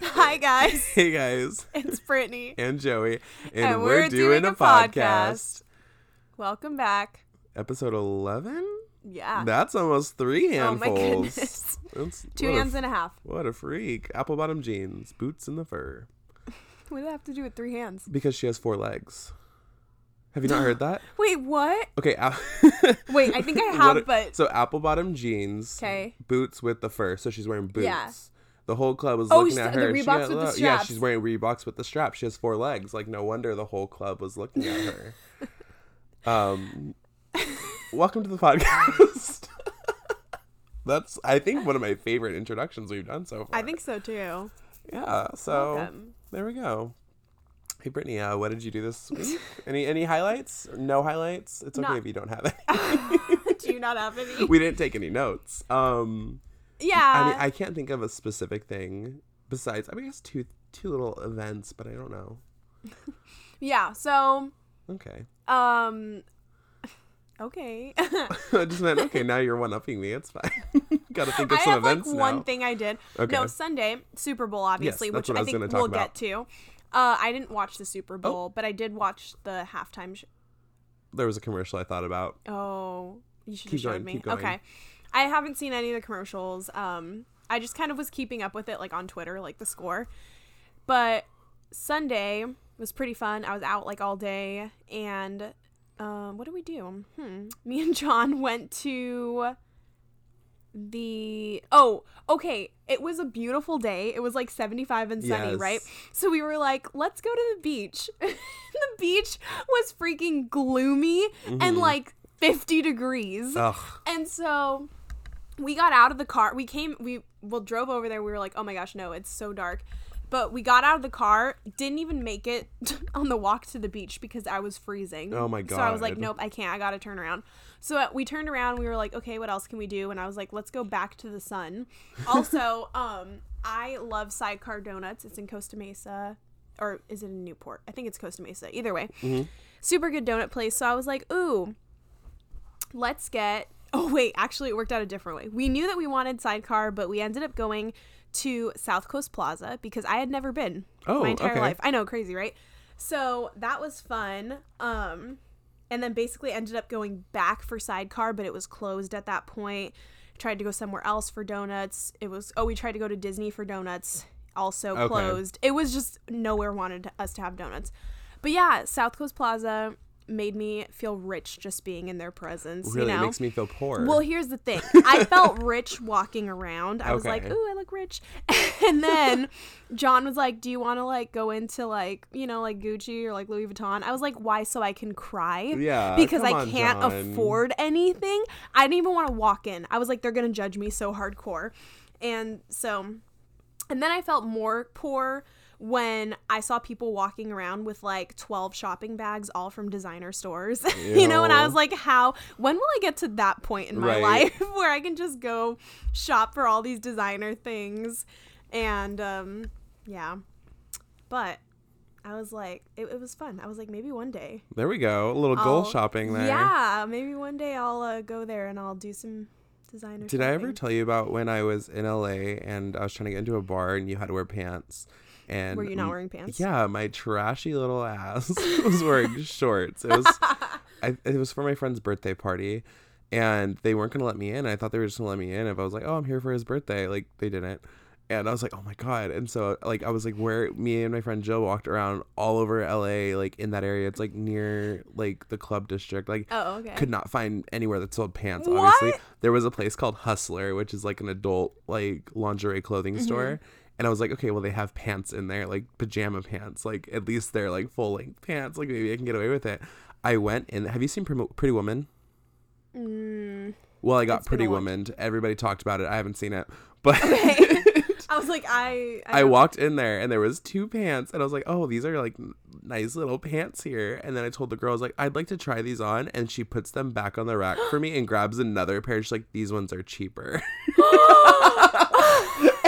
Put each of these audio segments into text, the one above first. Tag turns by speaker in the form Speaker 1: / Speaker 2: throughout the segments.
Speaker 1: Hey guys,
Speaker 2: Hey guys,
Speaker 1: it's Brittany.
Speaker 2: and Joey, and,
Speaker 1: And
Speaker 2: we're, doing, a podcast.
Speaker 1: Welcome back.
Speaker 2: Episode eleven.
Speaker 1: Yeah.
Speaker 2: That's almost three
Speaker 1: oh my
Speaker 2: handfuls.
Speaker 1: goodness.
Speaker 2: That's-
Speaker 1: Two
Speaker 2: what
Speaker 1: hands
Speaker 2: A,
Speaker 1: and a half.
Speaker 2: what a freak! Apple bottom jeans, boots in the fur.
Speaker 1: What do I have to do with three hands?
Speaker 2: Because she has four legs. Have you not heard that?
Speaker 1: Wait, what?
Speaker 2: Okay. Al-
Speaker 1: Wait, I think I
Speaker 2: What
Speaker 1: have,
Speaker 2: a-
Speaker 1: but
Speaker 2: so apple bottom jeans,
Speaker 1: okay.
Speaker 2: boots with the fur. So she's wearing boots.
Speaker 1: Yeah.
Speaker 2: The whole club was
Speaker 1: Oh,
Speaker 2: looking
Speaker 1: so
Speaker 2: at
Speaker 1: the
Speaker 2: her. She
Speaker 1: Reeboks
Speaker 2: got
Speaker 1: with the
Speaker 2: low- Yeah,
Speaker 1: straps.
Speaker 2: she's wearing Reeboks with the strap. She has four legs. Like no wonder the whole club was looking at her. um, welcome to the podcast. That's I think one of my favorite introductions we've done so far.
Speaker 1: I think so too.
Speaker 2: yeah. So
Speaker 1: Welcome.
Speaker 2: there we go. Hey Brittany, uh, what did you do this week? any any highlights? No highlights? It's okay
Speaker 1: Not-
Speaker 2: if you don't have any.
Speaker 1: do you not have any?
Speaker 2: we didn't take any notes. Um.
Speaker 1: yeah.
Speaker 2: I mean, I can't think of a specific thing besides. I mean, I guess two two little events, but I don't know.
Speaker 1: yeah. So,
Speaker 2: Okay,
Speaker 1: um, okay.
Speaker 2: I just meant okay. Now you're one upping me. It's fine. Got to think
Speaker 1: I
Speaker 2: of some
Speaker 1: have like
Speaker 2: events
Speaker 1: one
Speaker 2: now.
Speaker 1: thing I did.
Speaker 2: Okay.
Speaker 1: No, Sunday Super Bowl, obviously, which
Speaker 2: that's what I
Speaker 1: I,
Speaker 2: was
Speaker 1: think
Speaker 2: gonna talk
Speaker 1: we'll
Speaker 2: about. Oh.
Speaker 1: get to. Uh, I didn't watch the Super Bowl, but I did watch the halftime. Sh-
Speaker 2: There was a commercial I thought about.
Speaker 1: oh, you should
Speaker 2: Keep
Speaker 1: have showed
Speaker 2: going,
Speaker 1: me.
Speaker 2: keep going.
Speaker 1: Okay, I haven't seen any of the commercials. Um, I just kind of was keeping up with it, like on Twitter, like the score. But Sunday was pretty fun. I was out like all day, and um, what did we do? Hmm. Me and John went to the oh okay it was a beautiful day it was like 75 and sunny
Speaker 2: Yes.
Speaker 1: right so we were like let's go to the beach the beach was freaking gloomy and like 50 degrees
Speaker 2: Ugh.
Speaker 1: and so we got out of the car. We came, we, well, drove over there. We were like, oh my gosh, no, it's so dark. But we got out of the car, didn't even make it on the walk to the beach because I was freezing.
Speaker 2: Oh my
Speaker 1: So I was like,
Speaker 2: God.
Speaker 1: nope, I can't. I got to turn around. So uh, we turned around. We were like, okay, what else can we do? And I was like, let's go back to the sun. Also, um, I love Sidecar Donuts. It's in Costa Mesa, or is it in Newport? I think it's Costa Mesa. Either way,
Speaker 2: Mm-hmm.
Speaker 1: super good donut place. So I was like, ooh, let's get oh wait actually it worked out a different way we knew that we wanted sidecar but we ended up going to south coast plaza because i had never been
Speaker 2: Oh,
Speaker 1: my entire
Speaker 2: okay.
Speaker 1: life i know crazy right so that was fun um and then basically ended up going back for sidecar but it was closed at that point tried to go somewhere else for donuts it was oh we tried to go to disney for donuts also
Speaker 2: Okay.
Speaker 1: closed it was just nowhere wanted us to have donuts but yeah south coast plaza made me feel rich just being in their presence
Speaker 2: Really
Speaker 1: you know
Speaker 2: makes me feel poor.
Speaker 1: well, here's the thing. I felt rich walking around. I was like,
Speaker 2: Okay.
Speaker 1: "Ooh, I look rich." And then John was like, "Do you want to like go into like, you know, like Gucci or like Louis Vuitton?" I was like, "Why so I can cry?"
Speaker 2: Yeah,
Speaker 1: Because I
Speaker 2: come on,
Speaker 1: can't
Speaker 2: John.
Speaker 1: afford anything. I didn't even want to walk in. I was like, "They're going to judge me so hardcore." And so and then I felt more poor when I saw people walking around with like 12 shopping bags, all from designer stores, you know, and I
Speaker 2: Ew.
Speaker 1: was like, how, when will I get to that point in my
Speaker 2: Right.
Speaker 1: life where I can just go shop for all these designer things? And um, yeah, but I was like, it, it was fun. I was like, maybe one day.
Speaker 2: there we go. A little goal
Speaker 1: I'll-
Speaker 2: shopping there.
Speaker 1: Oh, Yeah, maybe one day I'll uh, go there and I'll do some designer
Speaker 2: Did I ever
Speaker 1: shopping.
Speaker 2: tell you about when I was in LA and I was trying to get into a bar and you had to wear pants? And
Speaker 1: Were you not
Speaker 2: m-
Speaker 1: wearing pants?
Speaker 2: Yeah, my trashy little ass was wearing shorts. It was I, it was for my friend's birthday party and they weren't going to let me in. I thought they were just going to let me in if I was like, "Oh, I'm here for his birthday." Like they didn't. And I was like, "Oh my god." And so like I was like where me and my friend Jill walked around all over LA like in that area. It's like near like the club district. Like
Speaker 1: Oh, okay.
Speaker 2: could not find anywhere that sold pants. Obviously,
Speaker 1: What?
Speaker 2: there was a place called Hustler, which is like an adult like lingerie clothing store. And I was like, okay, well they have pants in there, like pajama pants, like at least they're like full length pants. Like maybe I can get away with it. I went and have you seen Prim- Pretty Woman?
Speaker 1: Mm,
Speaker 2: Well, I got
Speaker 1: It's been a
Speaker 2: Pretty
Speaker 1: while.
Speaker 2: Woman. Everybody talked about it. I haven't seen it, but.
Speaker 1: I was like, I,
Speaker 2: I
Speaker 1: don't-
Speaker 2: walked in there and there was two pants and I was like, "Oh, these are like n- nice little pants here." And then I told the girl I was like, "I'd like to try these on." And she puts them back on the rack for me and grabs another pair. She's like, "These ones are cheaper."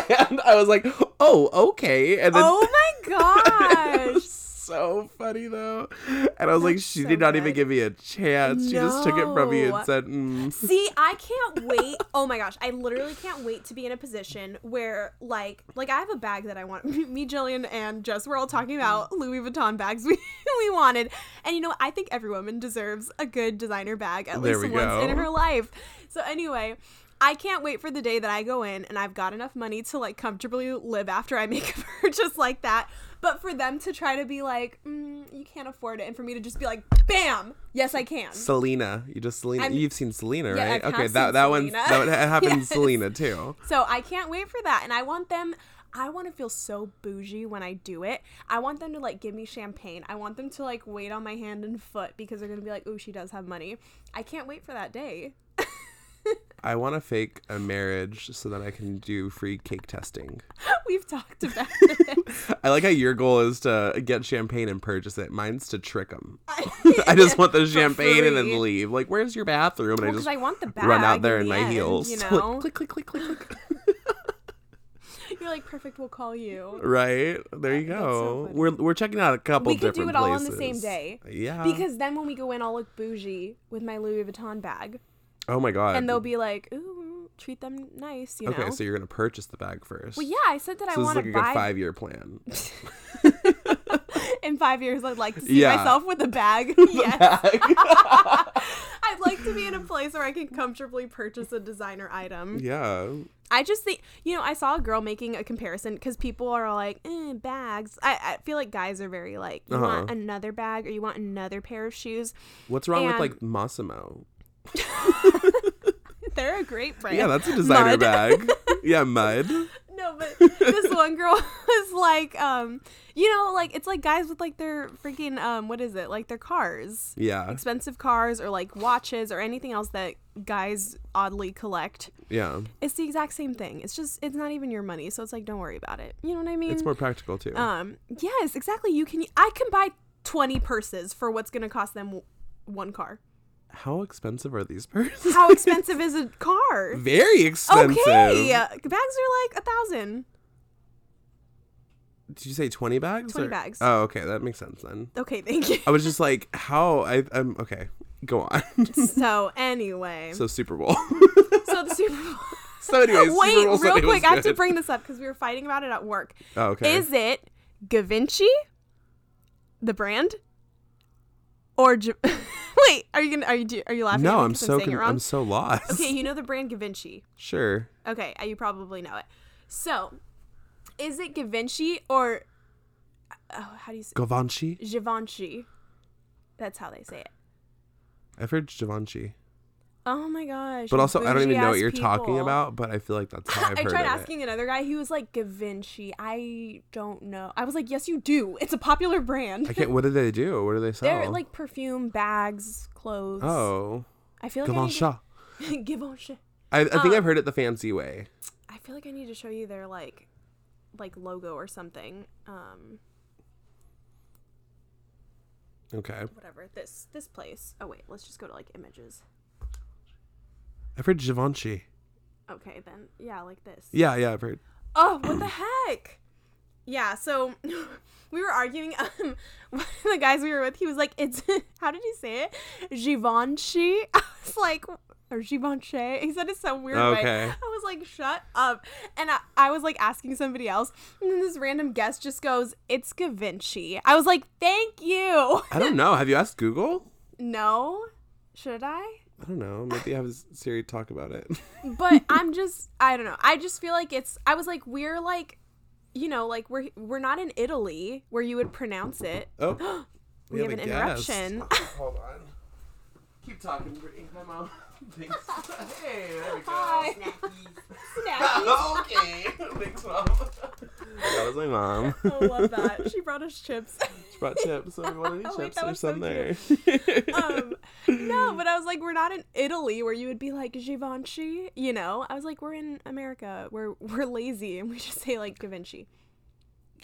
Speaker 2: and I was like, "Oh, okay." And then
Speaker 1: Oh my
Speaker 2: it
Speaker 1: gosh.
Speaker 2: was so funny though. And I was like,
Speaker 1: That's
Speaker 2: she
Speaker 1: so
Speaker 2: did not even
Speaker 1: good.
Speaker 2: give me a chance. She just took it from me
Speaker 1: No.
Speaker 2: and said, mm.
Speaker 1: See, I can't wait. Oh my gosh, I literally can't wait to be in a position where, like, like I have a bag that I want. Me, Jillian, and Jess were all talking about Louis Vuitton bags we we wanted, and you know, what? I think every woman deserves a good designer bag at
Speaker 2: There
Speaker 1: least
Speaker 2: we
Speaker 1: once in
Speaker 2: go.
Speaker 1: her life. So anyway. I can't wait for the day that I go in and I've got enough money to like comfortably live after I make a purchase like that. But for them to try to be like, mm, you can't afford it, and for me to just be like, bam, yes, I can.
Speaker 2: Selena. You just Selena.
Speaker 1: I'm-
Speaker 2: You've seen Selena,
Speaker 1: Yeah,
Speaker 2: right?
Speaker 1: I've
Speaker 2: okay,
Speaker 1: half
Speaker 2: that
Speaker 1: seen
Speaker 2: that one
Speaker 1: Selena.
Speaker 2: that one ha- happened in
Speaker 1: Yes.
Speaker 2: Selena too.
Speaker 1: So I can't wait for that. And I want them, I want to feel so bougie when I do it. I want them to like give me champagne. I want them to like wait on my hand and foot because they're going to be like, oh, she does have money. I can't wait for that day.
Speaker 2: I want to fake a marriage so that I can do free cake testing.
Speaker 1: We've talked about it.
Speaker 2: I like how your goal is to get champagne and purchase it. Mine's to trick them. I just want the champagne and
Speaker 1: free.
Speaker 2: then leave. Like, where's your bathroom? And I
Speaker 1: Because
Speaker 2: just
Speaker 1: I want the bag.
Speaker 2: run out there in
Speaker 1: the
Speaker 2: my
Speaker 1: end,
Speaker 2: heels.
Speaker 1: You
Speaker 2: Like,
Speaker 1: know,
Speaker 2: click, click, click, click, click.
Speaker 1: you're like perfect. We'll call you
Speaker 2: Right there, you
Speaker 1: That's so
Speaker 2: go.
Speaker 1: funny.
Speaker 2: we're we're checking out a couple.
Speaker 1: We could do
Speaker 2: different
Speaker 1: it all on the
Speaker 2: places.
Speaker 1: same day.
Speaker 2: Yeah.
Speaker 1: because then when we go in, I'll look bougie with my Louis Vuitton bag,
Speaker 2: oh my god.
Speaker 1: and they'll be like, "Ooh, treat them nice," you know.
Speaker 2: okay, so you're gonna purchase the bag first.
Speaker 1: well, yeah, I said that
Speaker 2: So
Speaker 1: I
Speaker 2: this is
Speaker 1: want
Speaker 2: like
Speaker 1: to
Speaker 2: a
Speaker 1: buy
Speaker 2: good five year plan.
Speaker 1: in five years i'd like to see
Speaker 2: Yeah.
Speaker 1: myself with a bag yes i'd like to be in a place where i can comfortably purchase a designer item
Speaker 2: yeah.
Speaker 1: i just think you know i saw a girl making a comparison because people are all like eh, bags I, I feel like guys are very like you want
Speaker 2: Uh-huh.
Speaker 1: another bag or you want another pair of shoes
Speaker 2: What's wrong with
Speaker 1: And-
Speaker 2: like Massimo?
Speaker 1: they're a great brand
Speaker 2: Yeah, that's a designer
Speaker 1: Mud.
Speaker 2: bag. Yeah, mud.
Speaker 1: No, but this one girl was like, um, you know, like it's like guys with like their freaking um, what is it? Like their cars,
Speaker 2: Yeah,
Speaker 1: expensive cars, or like watches, or anything else that guys oddly collect.
Speaker 2: yeah.
Speaker 1: It's the exact same thing. It's just it's not even your money, so it's like don't worry about it. You know what I mean?
Speaker 2: It's more practical too.
Speaker 1: um, yes, exactly. You can I can buy twenty purses for what's gonna cost them w- one car.
Speaker 2: How expensive are these purses?
Speaker 1: How expensive is a car?
Speaker 2: Very expensive.
Speaker 1: Okay, bags are like a thousand.
Speaker 2: Did you say twenty bags?
Speaker 1: 20
Speaker 2: or-
Speaker 1: bags.
Speaker 2: Oh, okay, that makes sense then.
Speaker 1: Okay, thank you.
Speaker 2: I was just like, how? I, I'm okay. Go on.
Speaker 1: So anyway,
Speaker 2: so Super Bowl.
Speaker 1: so the Super Bowl.
Speaker 2: so anyways, Super
Speaker 1: Wait,
Speaker 2: Bowl
Speaker 1: real
Speaker 2: Sunday was
Speaker 1: quick, I have to
Speaker 2: good.
Speaker 1: bring this up because we were fighting about it at work.
Speaker 2: Oh, okay.
Speaker 1: Is it Gavinci, the brand, or J- wait? Are you gonna are you do- are you laughing? at
Speaker 2: no,
Speaker 1: me
Speaker 2: I'm
Speaker 1: 'cause
Speaker 2: so
Speaker 1: saying it
Speaker 2: con-
Speaker 1: wrong.
Speaker 2: I'm so lost.
Speaker 1: okay, you know the brand Gavinci.
Speaker 2: Sure.
Speaker 1: Okay, uh, you probably know it. So, is it Gavinci or oh, how do you say
Speaker 2: Givenchy.
Speaker 1: Givenchy? That's how they say it.
Speaker 2: I've heard Givenchy,
Speaker 1: Oh my gosh!
Speaker 2: but
Speaker 1: you
Speaker 2: also I don't even know what
Speaker 1: bougie-ass
Speaker 2: you're talking
Speaker 1: people.
Speaker 2: about. But I feel like that's how I've
Speaker 1: I
Speaker 2: heard
Speaker 1: tried
Speaker 2: of it.
Speaker 1: asking another guy. He was like, Gavinci. I don't know. I was like, yes, you do. It's a popular brand.
Speaker 2: I can't. What do they do? What do they sell?
Speaker 1: They're like perfume, bags, clothes.
Speaker 2: oh,
Speaker 1: I feel like
Speaker 2: Givenchy.
Speaker 1: I need to- Givenchy.
Speaker 2: I, I think
Speaker 1: Uh,
Speaker 2: I've heard it the fancy way.
Speaker 1: I feel like I need to show you their like, like logo or something. Um,
Speaker 2: Okay,
Speaker 1: whatever. This this place. Oh wait, let's just go to like images.
Speaker 2: I've heard Givenchy.
Speaker 1: Okay, then yeah, like this.
Speaker 2: Yeah, yeah, I've heard.
Speaker 1: Oh, what the heck? Yeah, so we were arguing. Um, one of the guys we were with, he was like, "It's how did he say it? Givenchy." I was like, "Or Givenchy." He said it so weird. Way.
Speaker 2: Okay.
Speaker 1: I was like, "Shut up!" And I, I was like asking somebody else, and then this random guest just goes, "It's Givenchy." I was like, "Thank you."
Speaker 2: I don't know. Have you asked Google?
Speaker 1: No, should I?
Speaker 2: I don't know. Maybe have Siri talk about it.
Speaker 1: but I'm just I don't know. I just feel like it's I was like we're like you know like we're we're not in Italy where you would pronounce it.
Speaker 2: Oh,
Speaker 1: We have
Speaker 2: a
Speaker 1: an
Speaker 2: guest.
Speaker 1: interruption.
Speaker 2: Hold on. Keep talking, Brittany. Hi, mom. Thanks. hey, there we go.
Speaker 1: Hi. Snacky.
Speaker 2: okay. Thanks, mom. That was my mom.
Speaker 1: I love that. She brought us chips.
Speaker 2: She brought chips. So we wanted any
Speaker 1: Oh, Wait,
Speaker 2: chips
Speaker 1: that
Speaker 2: or
Speaker 1: was so
Speaker 2: some there.
Speaker 1: Um, no, but I was like, we're not in Italy where you would be like Givenchy, you know. I was like, we're in America where we're lazy and we just say like Givenchy,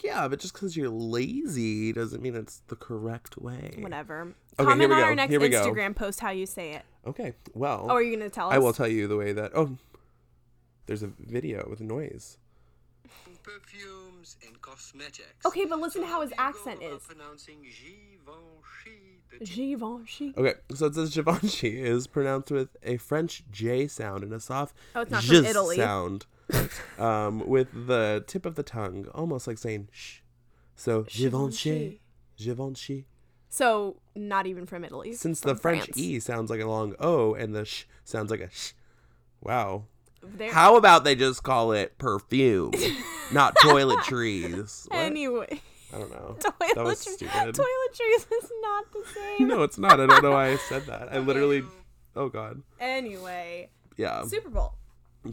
Speaker 2: yeah, but just because you're lazy doesn't mean it's the correct way.
Speaker 1: whatever.
Speaker 2: Okay,
Speaker 1: Comment
Speaker 2: here we
Speaker 1: on
Speaker 2: go.
Speaker 1: our next
Speaker 2: Here we go.
Speaker 1: Instagram post how you say it.
Speaker 2: Okay. Well,
Speaker 1: Oh, are you gonna tell us?
Speaker 2: I will tell you the way that. Oh, there's a video with noise.
Speaker 3: perfume perfumes and cosmetics.
Speaker 1: Okay, but listen to
Speaker 3: So
Speaker 1: how his
Speaker 3: do you go
Speaker 1: accent
Speaker 3: about
Speaker 1: is.
Speaker 3: Pronouncing Givenchy, the
Speaker 1: Givenchy.
Speaker 2: Okay, so it says Givenchy is pronounced with a French J sound and a soft
Speaker 1: Oh, it's not from
Speaker 2: J
Speaker 1: Italy.
Speaker 2: sound um, with the tip of the tongue, almost like saying shh. So Givenchy, Givenchy.
Speaker 1: So not even from Italy.
Speaker 2: Since
Speaker 1: from
Speaker 2: the French
Speaker 1: France.
Speaker 2: E sounds like a long O and the sh sounds like a sh. Wow.
Speaker 1: There-
Speaker 2: How about they just call it perfume, not toiletries? What?
Speaker 1: Anyway,
Speaker 2: I don't know.
Speaker 1: toiletries.
Speaker 2: That was stupid.
Speaker 1: Toiletries is not the same.
Speaker 2: No, it's not. I don't know why I said that. I literally. Oh God.
Speaker 1: Anyway,
Speaker 2: Yeah.
Speaker 1: Super Bowl.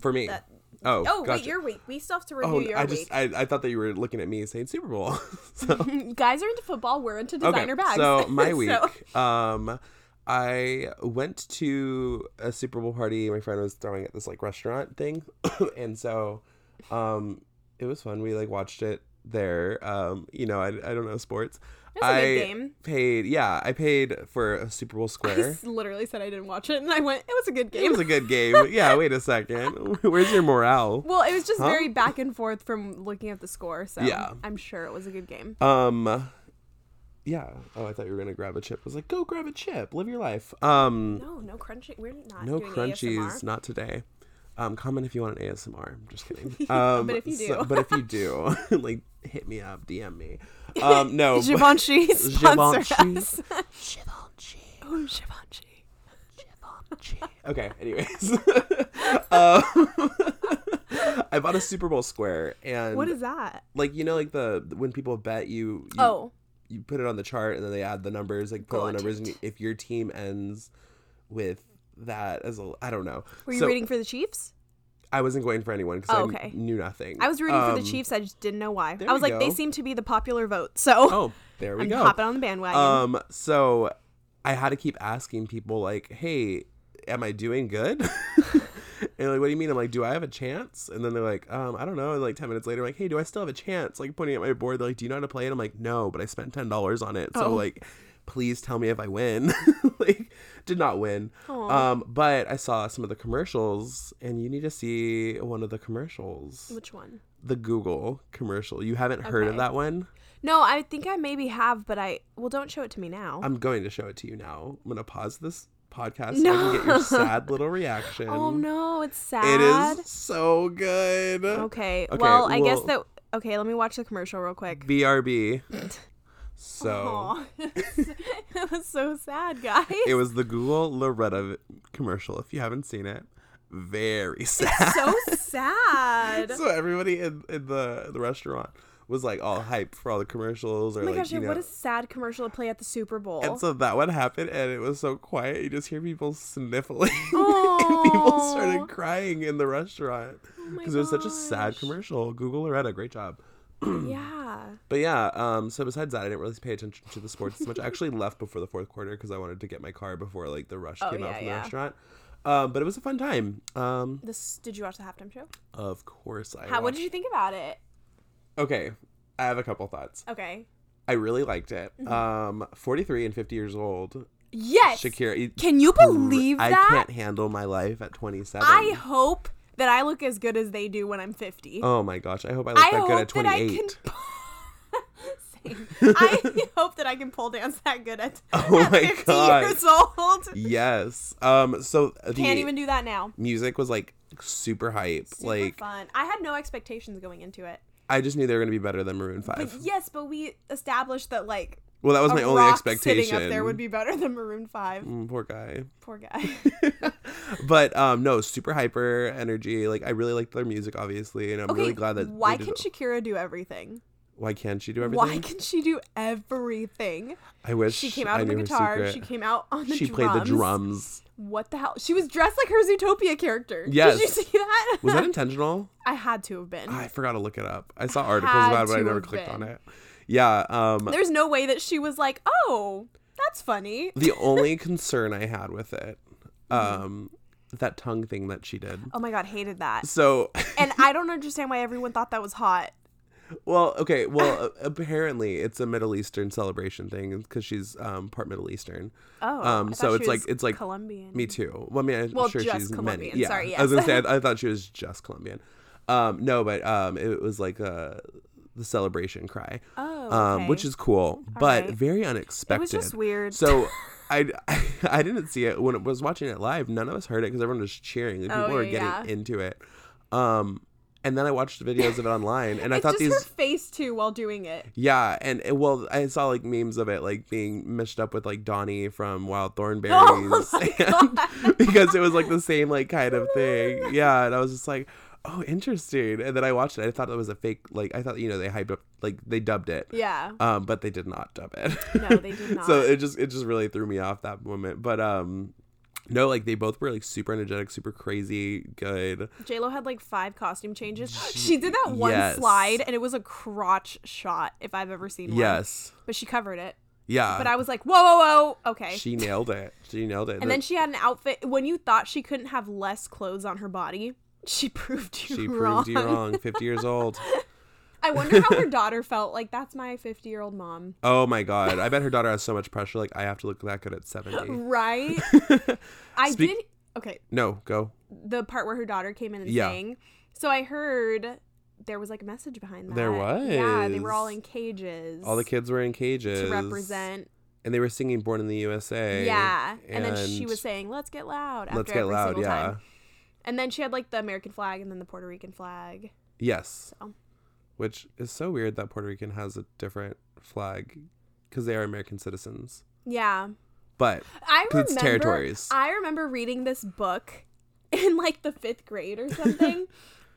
Speaker 2: For me.
Speaker 1: That-
Speaker 2: Oh.
Speaker 1: Oh
Speaker 2: Um, gotcha.
Speaker 1: wait, your week. We still have to review
Speaker 2: Oh,
Speaker 1: your
Speaker 2: I
Speaker 1: week.
Speaker 2: just I, I thought that you were looking at me saying Super Bowl. so,
Speaker 1: You guys are into football. We're into
Speaker 2: okay.
Speaker 1: designer bags.
Speaker 2: So my week,
Speaker 1: So-
Speaker 2: um, I went to a Super Bowl party. My friend was throwing at this like restaurant thing, and so, um, it was fun. We like watched it there. Um, you know, I, I don't know sports.
Speaker 1: It was a good
Speaker 2: I
Speaker 1: game.
Speaker 2: Paid yeah, I paid for a Super Bowl
Speaker 1: I
Speaker 2: square.
Speaker 1: s- literally said I didn't watch it, and I went. It was a good
Speaker 2: It
Speaker 1: game.
Speaker 2: was a good game. yeah, wait a second. Where's your morale?
Speaker 1: well, it was just
Speaker 2: Huh?
Speaker 1: very back and forth from looking at the score. So
Speaker 2: Yeah.
Speaker 1: I'm sure it was a good game.
Speaker 2: Um yeah. Oh, I thought you were gonna grab a chip. I was like, go grab a chip, live your life. Um
Speaker 1: No, no crunchy. We're not
Speaker 2: no
Speaker 1: doing
Speaker 2: crunchies,
Speaker 1: ASMR.
Speaker 2: not today. Um, comment if you want an ASMR. I'm just kidding. Um,
Speaker 1: But if you do.
Speaker 2: but if you do, like hit me up, DM me. Um, no, but-
Speaker 1: Givenchy sponsor
Speaker 2: Givenchy.
Speaker 1: us. Oh, Givenchy.
Speaker 2: Okay, anyways. um, I bought a Super Bowl square and
Speaker 1: What is that?
Speaker 2: like you know like the when people bet you, you
Speaker 1: Oh,
Speaker 2: you put it on the chart and then they add the numbers, like put all the
Speaker 1: Got
Speaker 2: numbers and
Speaker 1: it.
Speaker 2: if your team ends with that as a I don't know.
Speaker 1: were you
Speaker 2: So,
Speaker 1: rooting for the Chiefs?
Speaker 2: I wasn't going for anyone because
Speaker 1: Oh,
Speaker 2: I
Speaker 1: okay.
Speaker 2: n- knew nothing.
Speaker 1: I was rooting for
Speaker 2: Um,
Speaker 1: the Chiefs. I just didn't know why.
Speaker 2: there
Speaker 1: I was
Speaker 2: we
Speaker 1: like, they
Speaker 2: go.
Speaker 1: seem to be the popular vote, so
Speaker 2: Oh, there we
Speaker 1: I'm
Speaker 2: go.
Speaker 1: hopping on the bandwagon.
Speaker 2: Um, so I had to keep asking people like, "Hey, am I doing good?" and they're like, "What do you mean?" I'm like, "Do I have a chance?" And then they're like, "Um, I don't know." And like ten minutes later, I'm like, "Hey, do I still have a chance?" Like pointing at my board, they're like, "Do you know how to play it?" I'm like, "No, but I spent ten dollars on it, so
Speaker 1: Oh.
Speaker 2: like, please tell me if I win." like, did not win.
Speaker 1: Aw.
Speaker 2: Um, but I saw some of the commercials, and you need to see one of the commercials,
Speaker 1: Which one?
Speaker 2: the Google commercial. You haven't heard of
Speaker 1: Okay.
Speaker 2: that one?
Speaker 1: No, I think I maybe have, but I well, don't show it to me now.
Speaker 2: I'm going to show it to you now. I'm going to pause this podcast so I
Speaker 1: No.
Speaker 2: can get your sad little reaction.
Speaker 1: oh no, it's sad.
Speaker 2: It is so good.
Speaker 1: Okay.
Speaker 2: Okay,
Speaker 1: well, I guess that.
Speaker 2: well-
Speaker 1: Okay, let me watch the commercial real quick.
Speaker 2: BRB. So
Speaker 1: Aw. it was so sad, guys.
Speaker 2: it was the Google Loretta commercial. If you haven't seen it, very sad.
Speaker 1: so sad.
Speaker 2: so everybody in, in the, the restaurant was like all hyped for all the commercials or
Speaker 1: oh my
Speaker 2: like
Speaker 1: gosh,
Speaker 2: you know.
Speaker 1: what a sad commercial to play at the Super Bowl.
Speaker 2: and so that one happened, and it was so quiet. You just hear people sniffling, and people
Speaker 1: Aw. Oh
Speaker 2: started crying in the restaurant.
Speaker 1: my
Speaker 2: because it was such a sad
Speaker 1: gosh.
Speaker 2: commercial. Google Loretta, great job.
Speaker 1: yeah.
Speaker 2: But yeah, um, so besides that, I didn't really pay attention to the sports as much. I actually left before the fourth quarter because I wanted to get my car before like the rush
Speaker 1: Oh,
Speaker 2: came out
Speaker 1: yeah,
Speaker 2: from the
Speaker 1: yeah.
Speaker 2: restaurant. Um, but it was a fun time. Um,
Speaker 1: This did you watch the halftime show?
Speaker 2: of course, I.
Speaker 1: How, what did you
Speaker 2: watched-
Speaker 1: think about it?
Speaker 2: Okay, I have a couple thoughts.
Speaker 1: Okay.
Speaker 2: I really liked it. Um, forty-three and fifty years old,
Speaker 1: Mm-hmm. Yes.
Speaker 2: Shakira.
Speaker 1: Can you believe
Speaker 2: I
Speaker 1: that?
Speaker 2: can't handle my life at twenty-seven.
Speaker 1: I hope that I look as good as they do when I'm 50.
Speaker 2: oh my gosh, I hope I look
Speaker 1: I
Speaker 2: that good at
Speaker 1: hope that I can.
Speaker 2: twenty-eight.
Speaker 1: Same. I hope that I can pole dance that good at,
Speaker 2: Oh
Speaker 1: at
Speaker 2: my
Speaker 1: 50
Speaker 2: God.
Speaker 1: years old.
Speaker 2: Yes. Um. So the
Speaker 1: Can't even do that now.
Speaker 2: music was like super hype.
Speaker 1: Super
Speaker 2: like
Speaker 1: fun. I had no expectations going into it.
Speaker 2: I just knew they were gonna be better than Maroon
Speaker 1: But
Speaker 2: Five.
Speaker 1: yes, but we established that like
Speaker 2: well, that was
Speaker 1: a
Speaker 2: my only
Speaker 1: rock
Speaker 2: expectation.
Speaker 1: sitting up there would be better than Maroon Five.
Speaker 2: Mm, poor guy.
Speaker 1: Poor guy.
Speaker 2: But um, no, super hyper energy. Like I really liked their music, obviously, and I'm
Speaker 1: Okay,
Speaker 2: really glad that.
Speaker 1: why
Speaker 2: they
Speaker 1: can
Speaker 2: did-
Speaker 1: Shakira do everything?
Speaker 2: Why can't she do everything?
Speaker 1: Why can she do everything?
Speaker 2: I wish
Speaker 1: She came out
Speaker 2: I
Speaker 1: on the
Speaker 2: knew her
Speaker 1: guitar. She
Speaker 2: secret.
Speaker 1: came out on the
Speaker 2: She
Speaker 1: drums.
Speaker 2: played the drums.
Speaker 1: What the hell? She was dressed like her Zootopia character.
Speaker 2: Yes.
Speaker 1: Did you see that?
Speaker 2: Was that intentional?
Speaker 1: I had to have been.
Speaker 2: I forgot to look it up. I saw articles
Speaker 1: Had
Speaker 2: about it, but I
Speaker 1: to
Speaker 2: never
Speaker 1: have
Speaker 2: clicked on
Speaker 1: been.
Speaker 2: it. Yeah. Um.
Speaker 1: There's no way that she was like, oh, that's funny.
Speaker 2: the only concern I had with it,
Speaker 1: Mm-hmm.
Speaker 2: um, that tongue thing that she did.
Speaker 1: Oh my god, hated that.
Speaker 2: So
Speaker 1: And I don't understand why everyone thought that was hot.
Speaker 2: Well, okay. Well, a- apparently it's a Middle Eastern celebration thing because she's um, part Middle Eastern.
Speaker 1: Oh,
Speaker 2: Um,
Speaker 1: I
Speaker 2: so
Speaker 1: thought
Speaker 2: it's
Speaker 1: she
Speaker 2: like-
Speaker 1: was
Speaker 2: it's like
Speaker 1: Colombian.
Speaker 2: Me too. Well, I mean, I'm
Speaker 1: Well,
Speaker 2: sure
Speaker 1: just
Speaker 2: she's
Speaker 1: Colombian.
Speaker 2: many. Yeah.
Speaker 1: Sorry,
Speaker 2: I was gonna
Speaker 1: yes.
Speaker 2: say I, I thought she was just Colombian. Um, no, but um, it was like a the celebration cry,
Speaker 1: Oh,
Speaker 2: um,
Speaker 1: okay.
Speaker 2: which is cool, but
Speaker 1: right.
Speaker 2: very
Speaker 1: it
Speaker 2: unexpected.
Speaker 1: was just weird.
Speaker 2: So I, I didn't see it when I was watching it live. None of us heard it because everyone was cheering. Like,
Speaker 1: Oh,
Speaker 2: people were
Speaker 1: yeah,
Speaker 2: getting
Speaker 1: yeah.
Speaker 2: into it. Um, and then I watched videos of it online, and I
Speaker 1: it's
Speaker 2: thought
Speaker 1: just
Speaker 2: these.
Speaker 1: her face too while doing it.
Speaker 2: Yeah, and and, well, I saw like memes of it like being mixed up with like Donnie from Wild Thornberries,
Speaker 1: Oh my
Speaker 2: and-
Speaker 1: God.
Speaker 2: because it was like the same like kind of thing. Yeah, and I was just like, oh, interesting. And then I watched it. I thought it was a fake. Like I thought you know they hyped up like they dubbed it.
Speaker 1: Yeah.
Speaker 2: Um, but they did not dub it.
Speaker 1: No, they did not.
Speaker 2: so it just it just really threw me off that moment. But um, no, like they both were like super energetic, super crazy, good.
Speaker 1: J Lo had like five costume changes. She did that one
Speaker 2: yes.
Speaker 1: slide, and it was a crotch shot, if I've ever seen one.
Speaker 2: Yes.
Speaker 1: but she covered it.
Speaker 2: Yeah.
Speaker 1: But I was like, whoa, whoa, whoa, okay.
Speaker 2: she nailed it. She nailed it.
Speaker 1: and then she had an outfit when you thought she couldn't have less clothes on her body. She proved you
Speaker 2: she
Speaker 1: wrong.
Speaker 2: proved you wrong. Fifty years old.
Speaker 1: I wonder how her daughter felt. Like that's my fifty-year-old mom,
Speaker 2: Oh my god. I bet her daughter has so much pressure. Like I have to look that good at seventy.
Speaker 1: right? I
Speaker 2: Speak-
Speaker 1: did. Okay,
Speaker 2: no, go.
Speaker 1: the part where her daughter came in and
Speaker 2: Yeah.
Speaker 1: sang. So I heard there was like a message behind that.
Speaker 2: There
Speaker 1: Yeah, they were all
Speaker 2: was.
Speaker 1: in cages.
Speaker 2: All the kids were in cages
Speaker 1: to represent.
Speaker 2: and they were singing "Born in the USA."
Speaker 1: yeah, and, then she was saying, "Let's get loud." After
Speaker 2: "Let's get
Speaker 1: every
Speaker 2: loud."
Speaker 1: single
Speaker 2: Yeah.
Speaker 1: Time. And then she had like the American flag and then the Puerto Rican flag.
Speaker 2: Yes.
Speaker 1: So.
Speaker 2: Which is so weird that Puerto Rican has a different flag because they are American citizens.
Speaker 1: Yeah.
Speaker 2: But
Speaker 1: I
Speaker 2: 'Cause
Speaker 1: remember
Speaker 2: it's territories.
Speaker 1: I remember reading this book in like the fifth grade or something.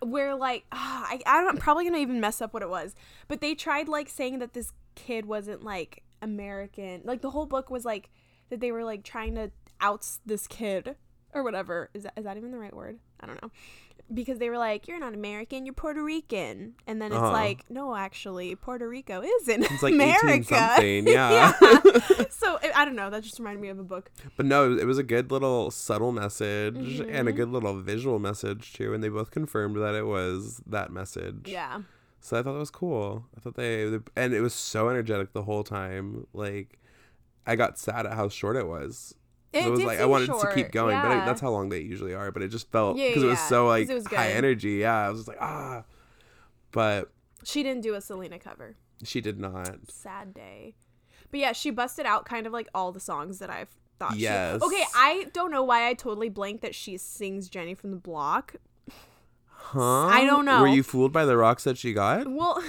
Speaker 1: Where like ah, I, I don't, I'm probably gonna even mess up what it was, but they tried like saying that this kid wasn't like American. Like the whole book was like that they were like trying to oust this kid or whatever. Is that is that even the right word? I don't know. Because they were like, "You're not American, you're Puerto Rican," and then it's
Speaker 2: Uh-huh.
Speaker 1: like, "No, actually, Puerto Rico isn't
Speaker 2: it's like eighteen
Speaker 1: America."
Speaker 2: something. Yeah.
Speaker 1: so I- I don't know. That just reminded me of a book.
Speaker 2: but no, it was a good little subtle message and a
Speaker 1: Mhm.
Speaker 2: good little visual message too. And they both confirmed that it was that message.
Speaker 1: Yeah.
Speaker 2: So I thought that was cool. I thought they, they and it was so energetic the whole time. Like I got sad at how short it was. It, was
Speaker 1: did
Speaker 2: like I
Speaker 1: seem
Speaker 2: wanted to
Speaker 1: short,
Speaker 2: keep going, but
Speaker 1: yeah.
Speaker 2: I, that's how long they usually are. But it just felt
Speaker 1: Yeah,
Speaker 2: because it was
Speaker 1: yeah,
Speaker 2: so
Speaker 1: 'cause
Speaker 2: like
Speaker 1: it was
Speaker 2: high
Speaker 1: good.
Speaker 2: energy. Yeah, I was just like ah, but
Speaker 1: she didn't do a Selena cover.
Speaker 2: she did not.
Speaker 1: Sad day. But yeah, she busted out kind of like all the songs that I've thought.
Speaker 2: Yes.
Speaker 1: She, okay, I don't know why I totally blanked that she sings Jenny from the Block.
Speaker 2: Huh?
Speaker 1: I don't know.
Speaker 2: Were you fooled by the rocks that she got?
Speaker 1: Well,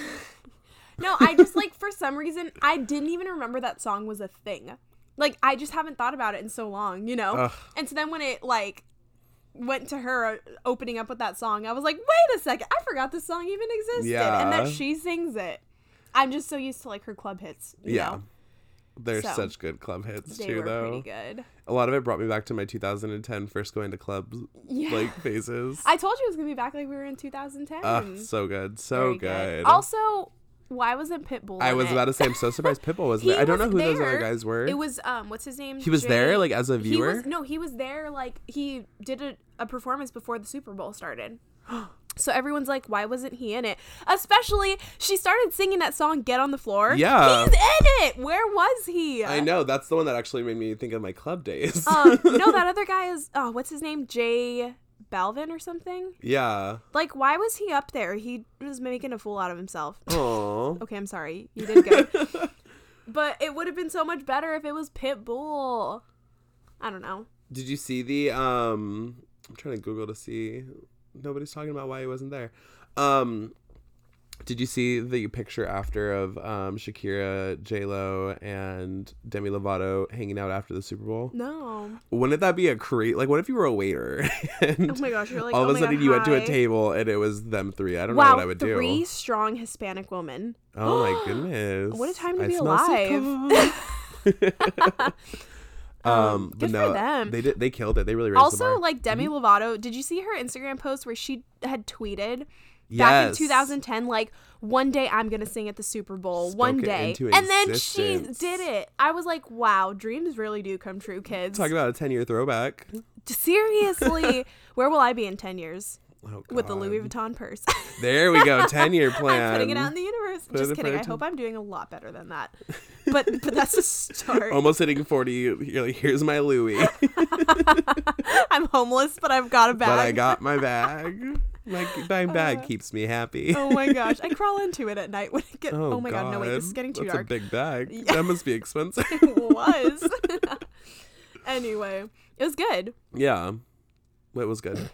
Speaker 1: no, I just like for some reason I didn't even remember that song was a thing. Like I just haven't thought about it in so long, you know.
Speaker 2: Ugh.
Speaker 1: And so then when it like went to her uh, opening up with that song, I was like, wait a second, I forgot this song even existed, and
Speaker 2: Yeah.
Speaker 1: that she sings it. I'm just so used to like her club hits. You
Speaker 2: Yeah.
Speaker 1: know?
Speaker 2: They're
Speaker 1: So,
Speaker 2: such good club hits
Speaker 1: they
Speaker 2: too,
Speaker 1: were
Speaker 2: though.
Speaker 1: pretty good.
Speaker 2: A lot of it brought me back to my 2010 first going to clubs
Speaker 1: Yeah.
Speaker 2: like phases.
Speaker 1: I told you it was gonna be back like we were in 2010.
Speaker 2: Ugh, so good, so
Speaker 1: Very
Speaker 2: good.
Speaker 1: Also, why wasn't Pitbull?
Speaker 2: I
Speaker 1: in
Speaker 2: was
Speaker 1: it?
Speaker 2: about to say, I'm so surprised Pitbull wasn't
Speaker 1: He
Speaker 2: there. I don't
Speaker 1: was
Speaker 2: know who those other
Speaker 1: there.
Speaker 2: guys were.
Speaker 1: It was um, what's his name?
Speaker 2: he was
Speaker 1: Jay-
Speaker 2: there, like as a viewer.
Speaker 1: He was, no, he was there. Like he did a, a performance before the Super Bowl started. So everyone's like, why wasn't he in it? Especially, she started singing that song "Get on the Floor."
Speaker 2: Yeah.
Speaker 1: he's in it. Where was he?
Speaker 2: I know that's the one that actually made me think of my club days.
Speaker 1: Um, no, that other guy is. Oh, what's his name? Jay Balvin or something.
Speaker 2: yeah.
Speaker 1: Like, why was he up there? He was making a fool out of himself.
Speaker 2: Oh, Aww.
Speaker 1: Okay, I'm sorry. You did good. but it would have been so much better if it was Pitbull. I don't know.
Speaker 2: Did you see the um? I'm trying to Google to see. Nobody's talking about why he wasn't there. Um, did you see the picture after of um Shakira, J Lo, and Demi Lovato hanging out after the Super Bowl?
Speaker 1: No.
Speaker 2: Wouldn't that be a create? Like, what if you were a waiter? And
Speaker 1: Oh my gosh, you're like
Speaker 2: all
Speaker 1: "Oh
Speaker 2: of a
Speaker 1: my
Speaker 2: sudden
Speaker 1: God,
Speaker 2: you went to a
Speaker 1: hi."
Speaker 2: table and it was them three. I don't know
Speaker 1: Wow,
Speaker 2: what I would
Speaker 1: three
Speaker 2: do.
Speaker 1: strong Hispanic women.
Speaker 2: Oh my goodness!
Speaker 1: What a time to
Speaker 2: I
Speaker 1: be
Speaker 2: smell cinnamon. um,
Speaker 1: good
Speaker 2: but
Speaker 1: for
Speaker 2: no,
Speaker 1: them.
Speaker 2: they did. They killed it. They really raised the
Speaker 1: Also,
Speaker 2: bar.
Speaker 1: like Demi
Speaker 2: Mm-hmm.
Speaker 1: Lovato, did you see her Instagram post where she had tweeted back in
Speaker 2: Yes.
Speaker 1: 2010, like, one day I'm going to sing at the Super Bowl, one
Speaker 2: Spoke it
Speaker 1: day.
Speaker 2: into
Speaker 1: And then she
Speaker 2: existence.
Speaker 1: did it. I was like, wow, dreams really do come true, kids.
Speaker 2: Talk about a ten-year throwback.
Speaker 1: Seriously, where will I be in 10 years?
Speaker 2: Oh,
Speaker 1: With the Louis
Speaker 2: God.
Speaker 1: Vuitton purse.
Speaker 2: There we go. Ten-year plan.
Speaker 1: I'm putting it out in the universe.
Speaker 2: it
Speaker 1: Just
Speaker 2: in
Speaker 1: kidding. I
Speaker 2: front of-
Speaker 1: hope I'm doing a lot better than that. But but that's a start.
Speaker 2: Almost hitting forty. You're like, here's my Louis,
Speaker 1: I'm homeless, but I've got a bag.
Speaker 2: but I got my bag. My dime bag keeps me happy.
Speaker 1: Oh my gosh. I crawl into it at night when it gets. Oh, my god. No, wait. This is getting too
Speaker 2: That's
Speaker 1: dark.
Speaker 2: a big bag.
Speaker 1: Yeah.
Speaker 2: That must be expensive.
Speaker 1: it was. anyway, it was good.
Speaker 2: yeah. What was good?